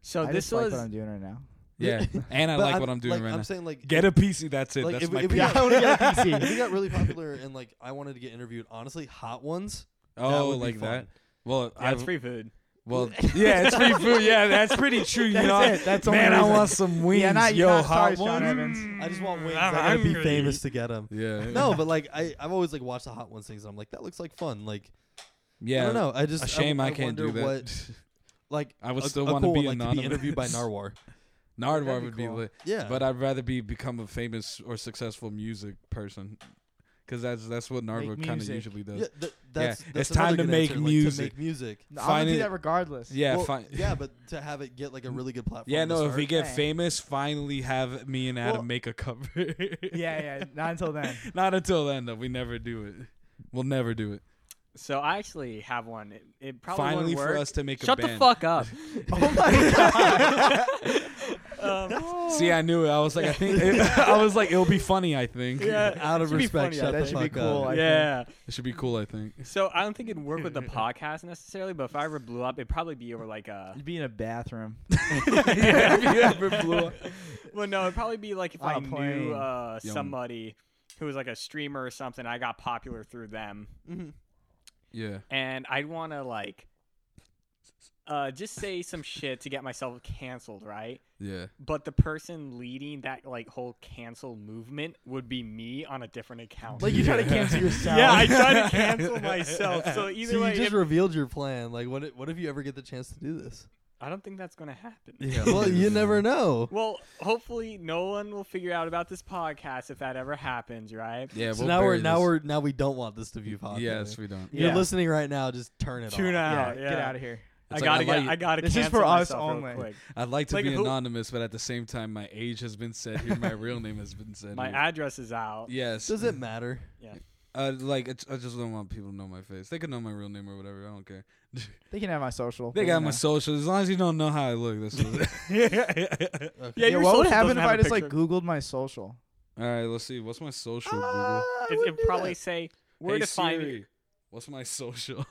So
I
this
just like
was
what I'm doing right now.
Yeah, and I
But
like what I'm doing
like,
right
I'm
now.
saying like
Get a PC. That's it.
like
that's
if,
my
if we,
PC.
got,
I wanna get a PC.
if we got really popular and like I wanted to get interviewed, honestly, hot ones. that
Oh,
would be
like that.
fun.
Well,
yeah,
I
it's free food.
well, yeah, it's free food. Yeah, that's pretty true. You
That's
know,
it. That's the only
man, I
reason.
want some wings.
yeah, not,
Yo,
not,
hot
sorry, Sean
one.
Evans.
I just want wings.
I'm
Mm. I gotta be
hungry.
famous to get them.
Yeah,
No, but like I I've always like watched the hot ones things and I'm like that looks like fun. Like
yeah.
I don't know. I just
A shame
I,
I, can't
wonder
do that.
What like
I would
a-
still
a
want to
cool
be
one, like, to be
anonymous.
interviewed by Narwhal.
Nardwar
be
would be
cool.
lit,
Yeah,
but I'd rather be become a famous or successful music person, because that's that's what
Make
Nardwar kind of
music.
usually does.
yeah, th- that's,
uh, Yeah,
that's
it's time
another
to
good
make
answer, Like,
music.
to make music.
No, I'm gonna do
Finan-
that regardless.
Yeah,
Well,
fine.
yeah, but to have it get like a really good platform.
Yeah,
to
no. If we
start.
get
Hey.
famous, finally have me and Adam
Well-
make a cover.
yeah, yeah. Not until then.
Not until then, though. We never do it. We'll never do it.
So I actually have one. It, it probably
finally,
wouldn't work.
for us to make
Shut
a
the
band.
fuck up.
oh my god.
um,
See, I knew it. I was like, I think I was like, it'll be funny. I think.
yeah,
Out of
should be
respect,
funny.
shut
that
the
should be
fuck up.
cool. I think.
yeah.
It should be cool. I think.
So I don't think it'd work with the podcast necessarily, but if I ever blew up, it'd probably be over like uh, a.
You'd be in a bathroom.
If you ever blew up.
Well, no, it'd probably be like if
On
I
a plane.
knew uh,
Yum.
somebody who was like a streamer or something. I got popular through them,
Mhm. Yeah.
and I'd want to like, uh, just say some shit to get myself canceled, right?
Yeah.
But the person leading that like whole cancel movement would be me on a different account.
Like you try to cancel yourself.
yeah, I tried to cancel myself. So either
So you
way,
just
if-
revealed your plan. Like, what? i- What if you ever get the chance to do this?
I don't think that's gonna happen.
Yeah.
Well, you never know.
Well, hopefully, no one will figure out about this podcast if that ever happens, right?
Yeah.
So
we'll
now we're
bury
now
this.
we're now we don't want this to be popular.
Yes, we don't.
If You're
Yeah.
listening right now. Just turn it
Tune
off.
out.
Yeah,
yeah.
Get out of here.
It's
I
like,
gotta
I
get.
like-
I gotta.
This is
cancel
for us
myself real
only.
quick.
I'd like to
Like,
be
who-
anonymous, but at the same time, my age has been said here. My real name has been said.
My
here.
address is out.
Yes.
Does it matter?
Uh, like it's, I just don't want people to know my face. They could know my real name or whatever. I don't care.
They can have my social.
They
can
got
know.
my social. As long as you don't know how I look, that's what it-
Yeah,
Yeah,
your
what would
social
happen
doesn't
if
have
I
a
just like
picture.
Googled my social?
All right, let's see. What's my
Uh,
social?
Ah,
Google?
I
It,
wouldn't
it'd
do
probably
that.
say where
hey
to find
Siri, What's my social?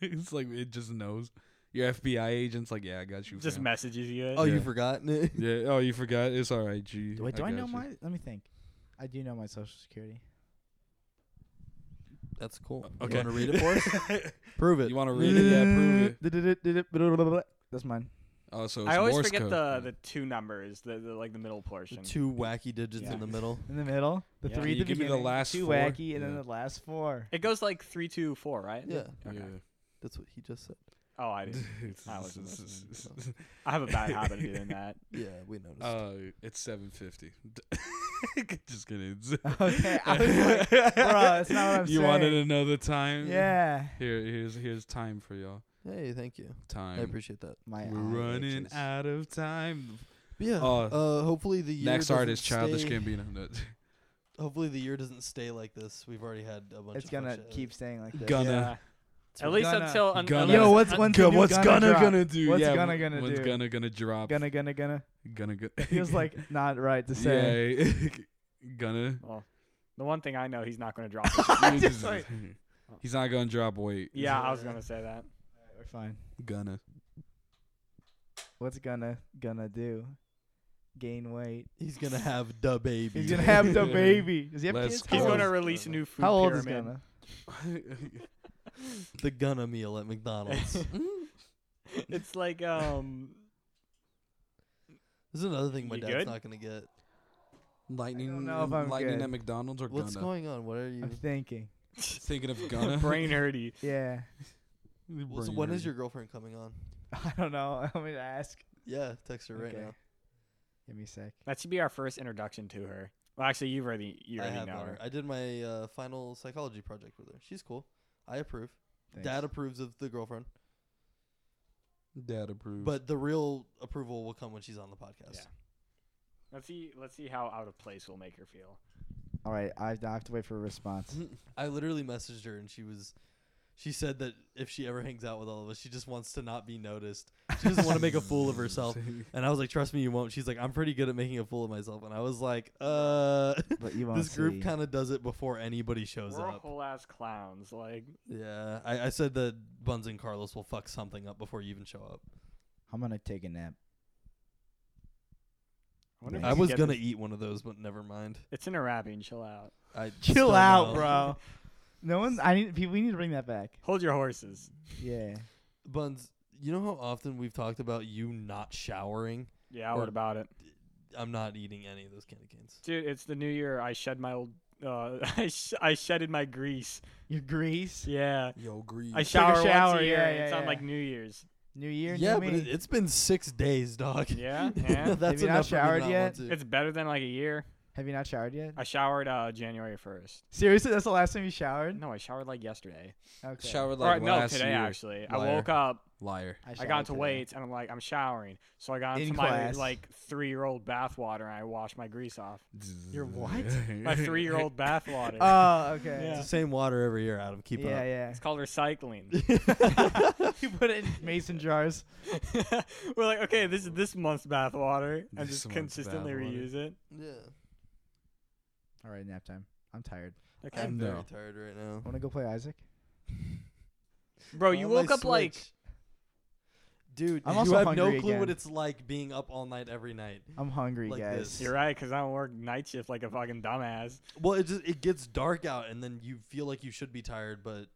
it's like it just knows. Your FBI agent's like, yeah, I got you.
Just
fam."
messages you.
Oh,
Yeah.
you've forgotten it.
Yeah. Oh, you forgot. It's all right. G.
Wait, do I,
got
know
you.
my? Let me think. I do know my social security.
That's cool.
Uh, Okay.
You want to read it for us? Prove it.
You want to read it? Oh, Yeah,
Mm.
prove it.
That's mine.
Oh, so it's
I always
Morse
forget
code.
the the two numbers, the, the like the middle portion.
the two wacky digits
Yeah.
in the middle.
In the middle, the
Yeah.
three.
Can
at
you
the
give me the
beginning,
last
two
four?
wacky, and then
Yeah.
the last four.
It goes like three, two, four, right?
Yeah,
Okay.
that's what he just said.
Oh, I did. I wasn't listening. I have a bad habit of doing that.
Yeah, we noticed.
Uh, it's seven fifty. Just kidding.
Okay, I was like, bro, that's not what I'm
you wanted
saying.
another time?
Yeah.
Here, here's here's time for y'all.
hey, thank you.
Time.
I appreciate that.
My
We're
eye
running
itches.
out of time.
But yeah.
Uh,
Uh, hopefully the year
Next
doesn't
artist, Childish
stay-
Gambino. No,
Hopefully the year doesn't stay like this. We've already had a bunch.
It's
of fun
gonna
shit.
keep staying like this.
Gun- Gonna.
Yeah. Uh, At least
Gonna.
until un-
Gonna.
unless-
Yo, what's
un-
when's the
Gun-
new
what's
gonna,
gonna
drop?
gonna do?
What's
yeah,
gonna
wh-
gonna
when's
do?
gonna gonna drop?
Gonna gonna gonna.
gonna go.
Feels like not right to say.
Yeah, gonna.
Well, the one thing I know, he's not going to drop.
Just like-
He's not gonna drop weight.
yeah, I was going to say that.
We're fine.
Gonna.
What's gonna gonna do? Gain weight.
He's gonna have the baby.
He's gonna have the
Yeah.
baby. Does he have
Let's
kids?
go.
He's
How
going to
old-
release a new food
How old is
pyramid.
gonna?
the gunna meal at McDonald's.
it's like um
This is another thing my
You
dad's
good?
not gonna get.
lightning.
know if I'm
lightning
good.
at McDonald's or
What's
gonna.
going on? What are you?
I'm thinking.
Thinking of gonna.
brain hurdy.
Yeah.
Well, so when is your girlfriend coming on?
I don't know. I'm gonna ask.
Yeah, text her right
Okay.
now.
Give me a sec.
That should be our first introduction to her. Well, actually, you already you
I
already
have
know
met
her.
I did my uh, final psychology project with her. She's cool. I approve.
Thanks.
Dad approves of the girlfriend,
dad approved?
but the real approval will come when she's on the podcast.
Yeah. Let's see. Let's see how out of place we'll make her feel.
All right. I have to I have to wait for a response.
I literally messaged her and she was she said that if she ever hangs out with all of us, she just wants to not be noticed. She doesn't want to make a fool of herself. And I was like, "Trust me, you won't." She's like, "I'm pretty good at making a fool of myself." And I was like, "Uh,
But you won't
this group
see.
kind of does it before anybody shows
We're
up."
whole ass clowns. Like
Yeah, I, I said that Buns and Carlos will fuck something up before you even show up.
I'm gonna take a nap.
I, wonder if
Yeah.
you
I
could
was
get
gonna
this-
eat one of those, but never mind.
It's in Arabian. Chill out.
I
Chill
still
out,
know.
bro. No one's. I need. people- We need to bring that back.
Hold your horses.
Yeah.
Buns, you know how often we've talked about you not showering.
Yeah,
Or-
what about it,
I'm not eating any of those candy canes.
dude? It's the new year. I shed my old. Uh, I sh- I shedded my grease.
Your grease.
Yeah.
Yo, greed.
I shower,
shower,
once a year.
yeah,
and
yeah,
it's on
yeah.
like New Year's.
New year,
yeah,
new
but
me.
it, it's been six days, dog.
Yeah, yeah.
Have
That's
you not
enough for me
showered
not
yet?
want to.
It's better than like a year.
Have you not showered yet?
I showered uh, January 1st.
Seriously, that's the last time you showered?
No, I showered like yesterday.
Okay.
Showered
or
like
no,
last
today
year.
actually. I
Liar.
woke up,
Liar.
I
showered
got to
today.
weights, and I'm like, I'm showering. So I got
In
into
class.
my like three year old bath water and I washed my grease off.
Your what?
My three year old bath water.
Oh, okay.
Yeah.
It's the same water every year, Adam. Keep
yeah,
up.
yeah.
it's called recycling.
you put it in mason jars.
We're like, okay, this is this month's bath water, and
This
just
month's
consistently
bath water.
reuse it.
Yeah.
All right, nap time. I'm tired.
Okay,
I'm
No.
very tired right now.
Want to go play Isaac?
bro, you
On my
woke up like
Switch. Dude,
I'm
you
also
have
hungry
no clue
again.
what it's like being up all night every night.
I'm hungry,
Like
guys.
this.
you're right, cause I don't work night shift like a fucking dumbass.
Well, it just it gets dark out, and then you feel like you should be tired, but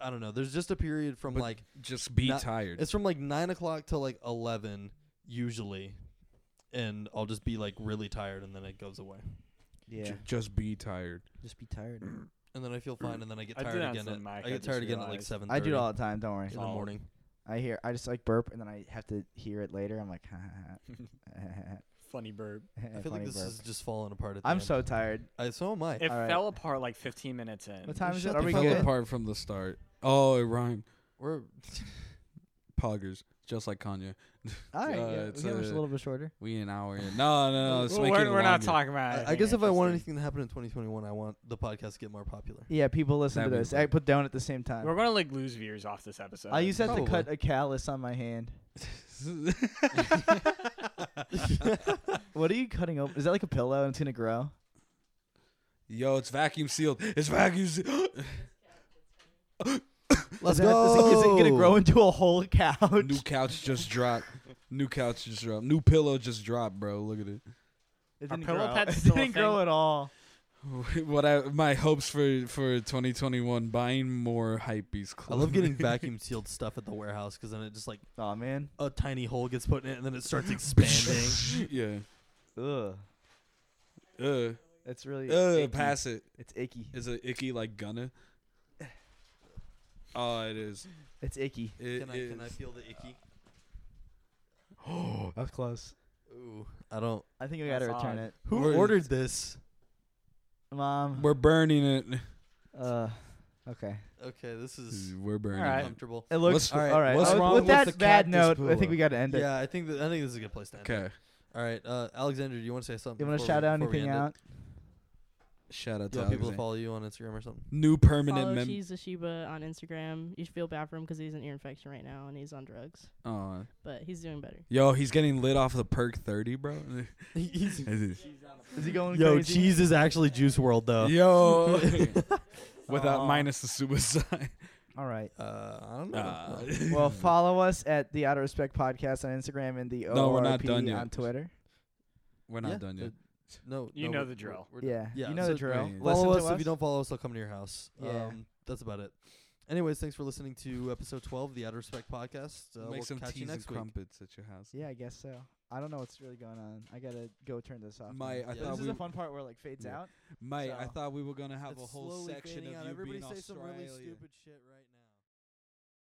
I don't know. There's just a period from
But-
like
Just be
Not-
tired.
it's from like nine o'clock to like eleven usually, and I'll just be like really tired, and then it goes away,
Yeah.
Ju- just be tired.
Just be tired.
and then I feel fine, and then I get
I did
tired
that
again.
to
At,
Mike,
I
I
get
just
tired again at like
realized.
seven.
I do it all the time. Don't worry.
in the
Solid.
morning.
I hear. I just like burp and then I have to hear it later. I'm like, ha ha ha.
Funny burp.
I feel like
Funny
this
burp.
is just falling apart. At the
I'm
end.
so tired.
I, so am I.
It
All right.
fell apart like 15 minutes in.
What time is it?
shut
Are
the
we
Fell
fuck
good?
apart from the start. Oh, it rhymed.
We're
Poggers, just like Kanye.
All right.
Uh,
yeah.
it's
We got a
a-
little bit shorter.
We an hour in. No, no, no. Let's
Well,
make
we're
it
we're not talking
longer.
about.
I, I
anything
guess if I want
interesting.
anything to happen in 2021, I want the podcast to get more popular.
Yeah, people listen
That'd
to
be
this.
fun.
I put down at the same time.
we're gonna like lose viewers off this episode.
I used that to
Probably.
cut a callus on my hand. What are you cutting open? Is that like a pillow and it's gonna grow?
Yo, it's vacuum sealed. It's vacuum sealed.
Let's
is, that- is it- is it gonna grow into a whole couch?
New couch just dropped. New couch just dropped. New pillow just dropped, bro. Look at
It
Are
didn't
pillow
grow.
pets
It
still a
didn't grow
thing?
at all.
it. What I my hopes for for 2021 buying more hypebeast
I
clothes.
love getting vacuum sealed stuff at the warehouse because then it just like
Oh man.
a tiny hole gets put in it and then it starts expanding.
yeah.
Ugh.
Uh.
It's really.
Uh.
icky.
Pass it.
It's icky.
Is it icky like gonna? Oh, it is.
It's icky.
It
can I can I
is.
feel the icky?
Oh, that's close.
Ooh, I don't.
I think we gotta
That's
return
odd.
it,
Who
We're-
ordered this?
Mom.
We're burning it.
Uh, okay.
Okay, this is
We're burning.
All right.
it.
uncomfortable.
It looks
What's-
all right.
all right. what's
with,
wrong
with
with
that
the
bad
cactus
note? I
pillow?
think we got to end it.
Yeah, I think that, I think this is a good place to end. it.
Okay.
All right, uh, Alexander, do you want to say something?
You want to
before
shout
we-
out
before we
anything
end it?
out?
Shout
Do
out to
you want people to
Alexander.
follow you on Instagram or something?
New permanent
Follow
mem.
Oh, She's a Sheba on Instagram. You should feel bad for him 'cause he's an ear infection right now and he's on drugs,
Aw.
but he's doing better.
Yo, he's getting lit off the perk 30, bro.
Is he going
Yo,
crazy?
cheese is actually Juice World though.
Yo. Without
Aw.
minus the suicide.
All right.
Uh, I don't know.
Uh,
Well, follow us at the Out of Respect Podcast on Instagram and the
No, we're not
ORP
done yet.
on Twitter.
We're not
Yeah,
done yet.
the- no,
You
no,
know
we're-
the drill.
we're- we're-
Yeah,
Yeah,
you know
so-
the drill.
Right.
Follow us,
Listen to
if you don't follow us. I'll come to your house.
Yeah.
Um, that's about it. Anyways, thanks for listening to episode twelve, of the Out of Respect podcast. Uh,
Make
we'll
some
catch
teas
you
and
next week.
crumpets at your house.
Yeah, I guess so. I don't know what's really going on. I gotta go turn this off.
My, I
Yeah.
thought
this is
we,
the fun part where it like fades
Yeah.
out.
Mate, I
So-
thought we were gonna have
It's
a whole
slowly
section
fading
of
out.
you
Everybody
being
say some really
Australia.
stupid shit right now.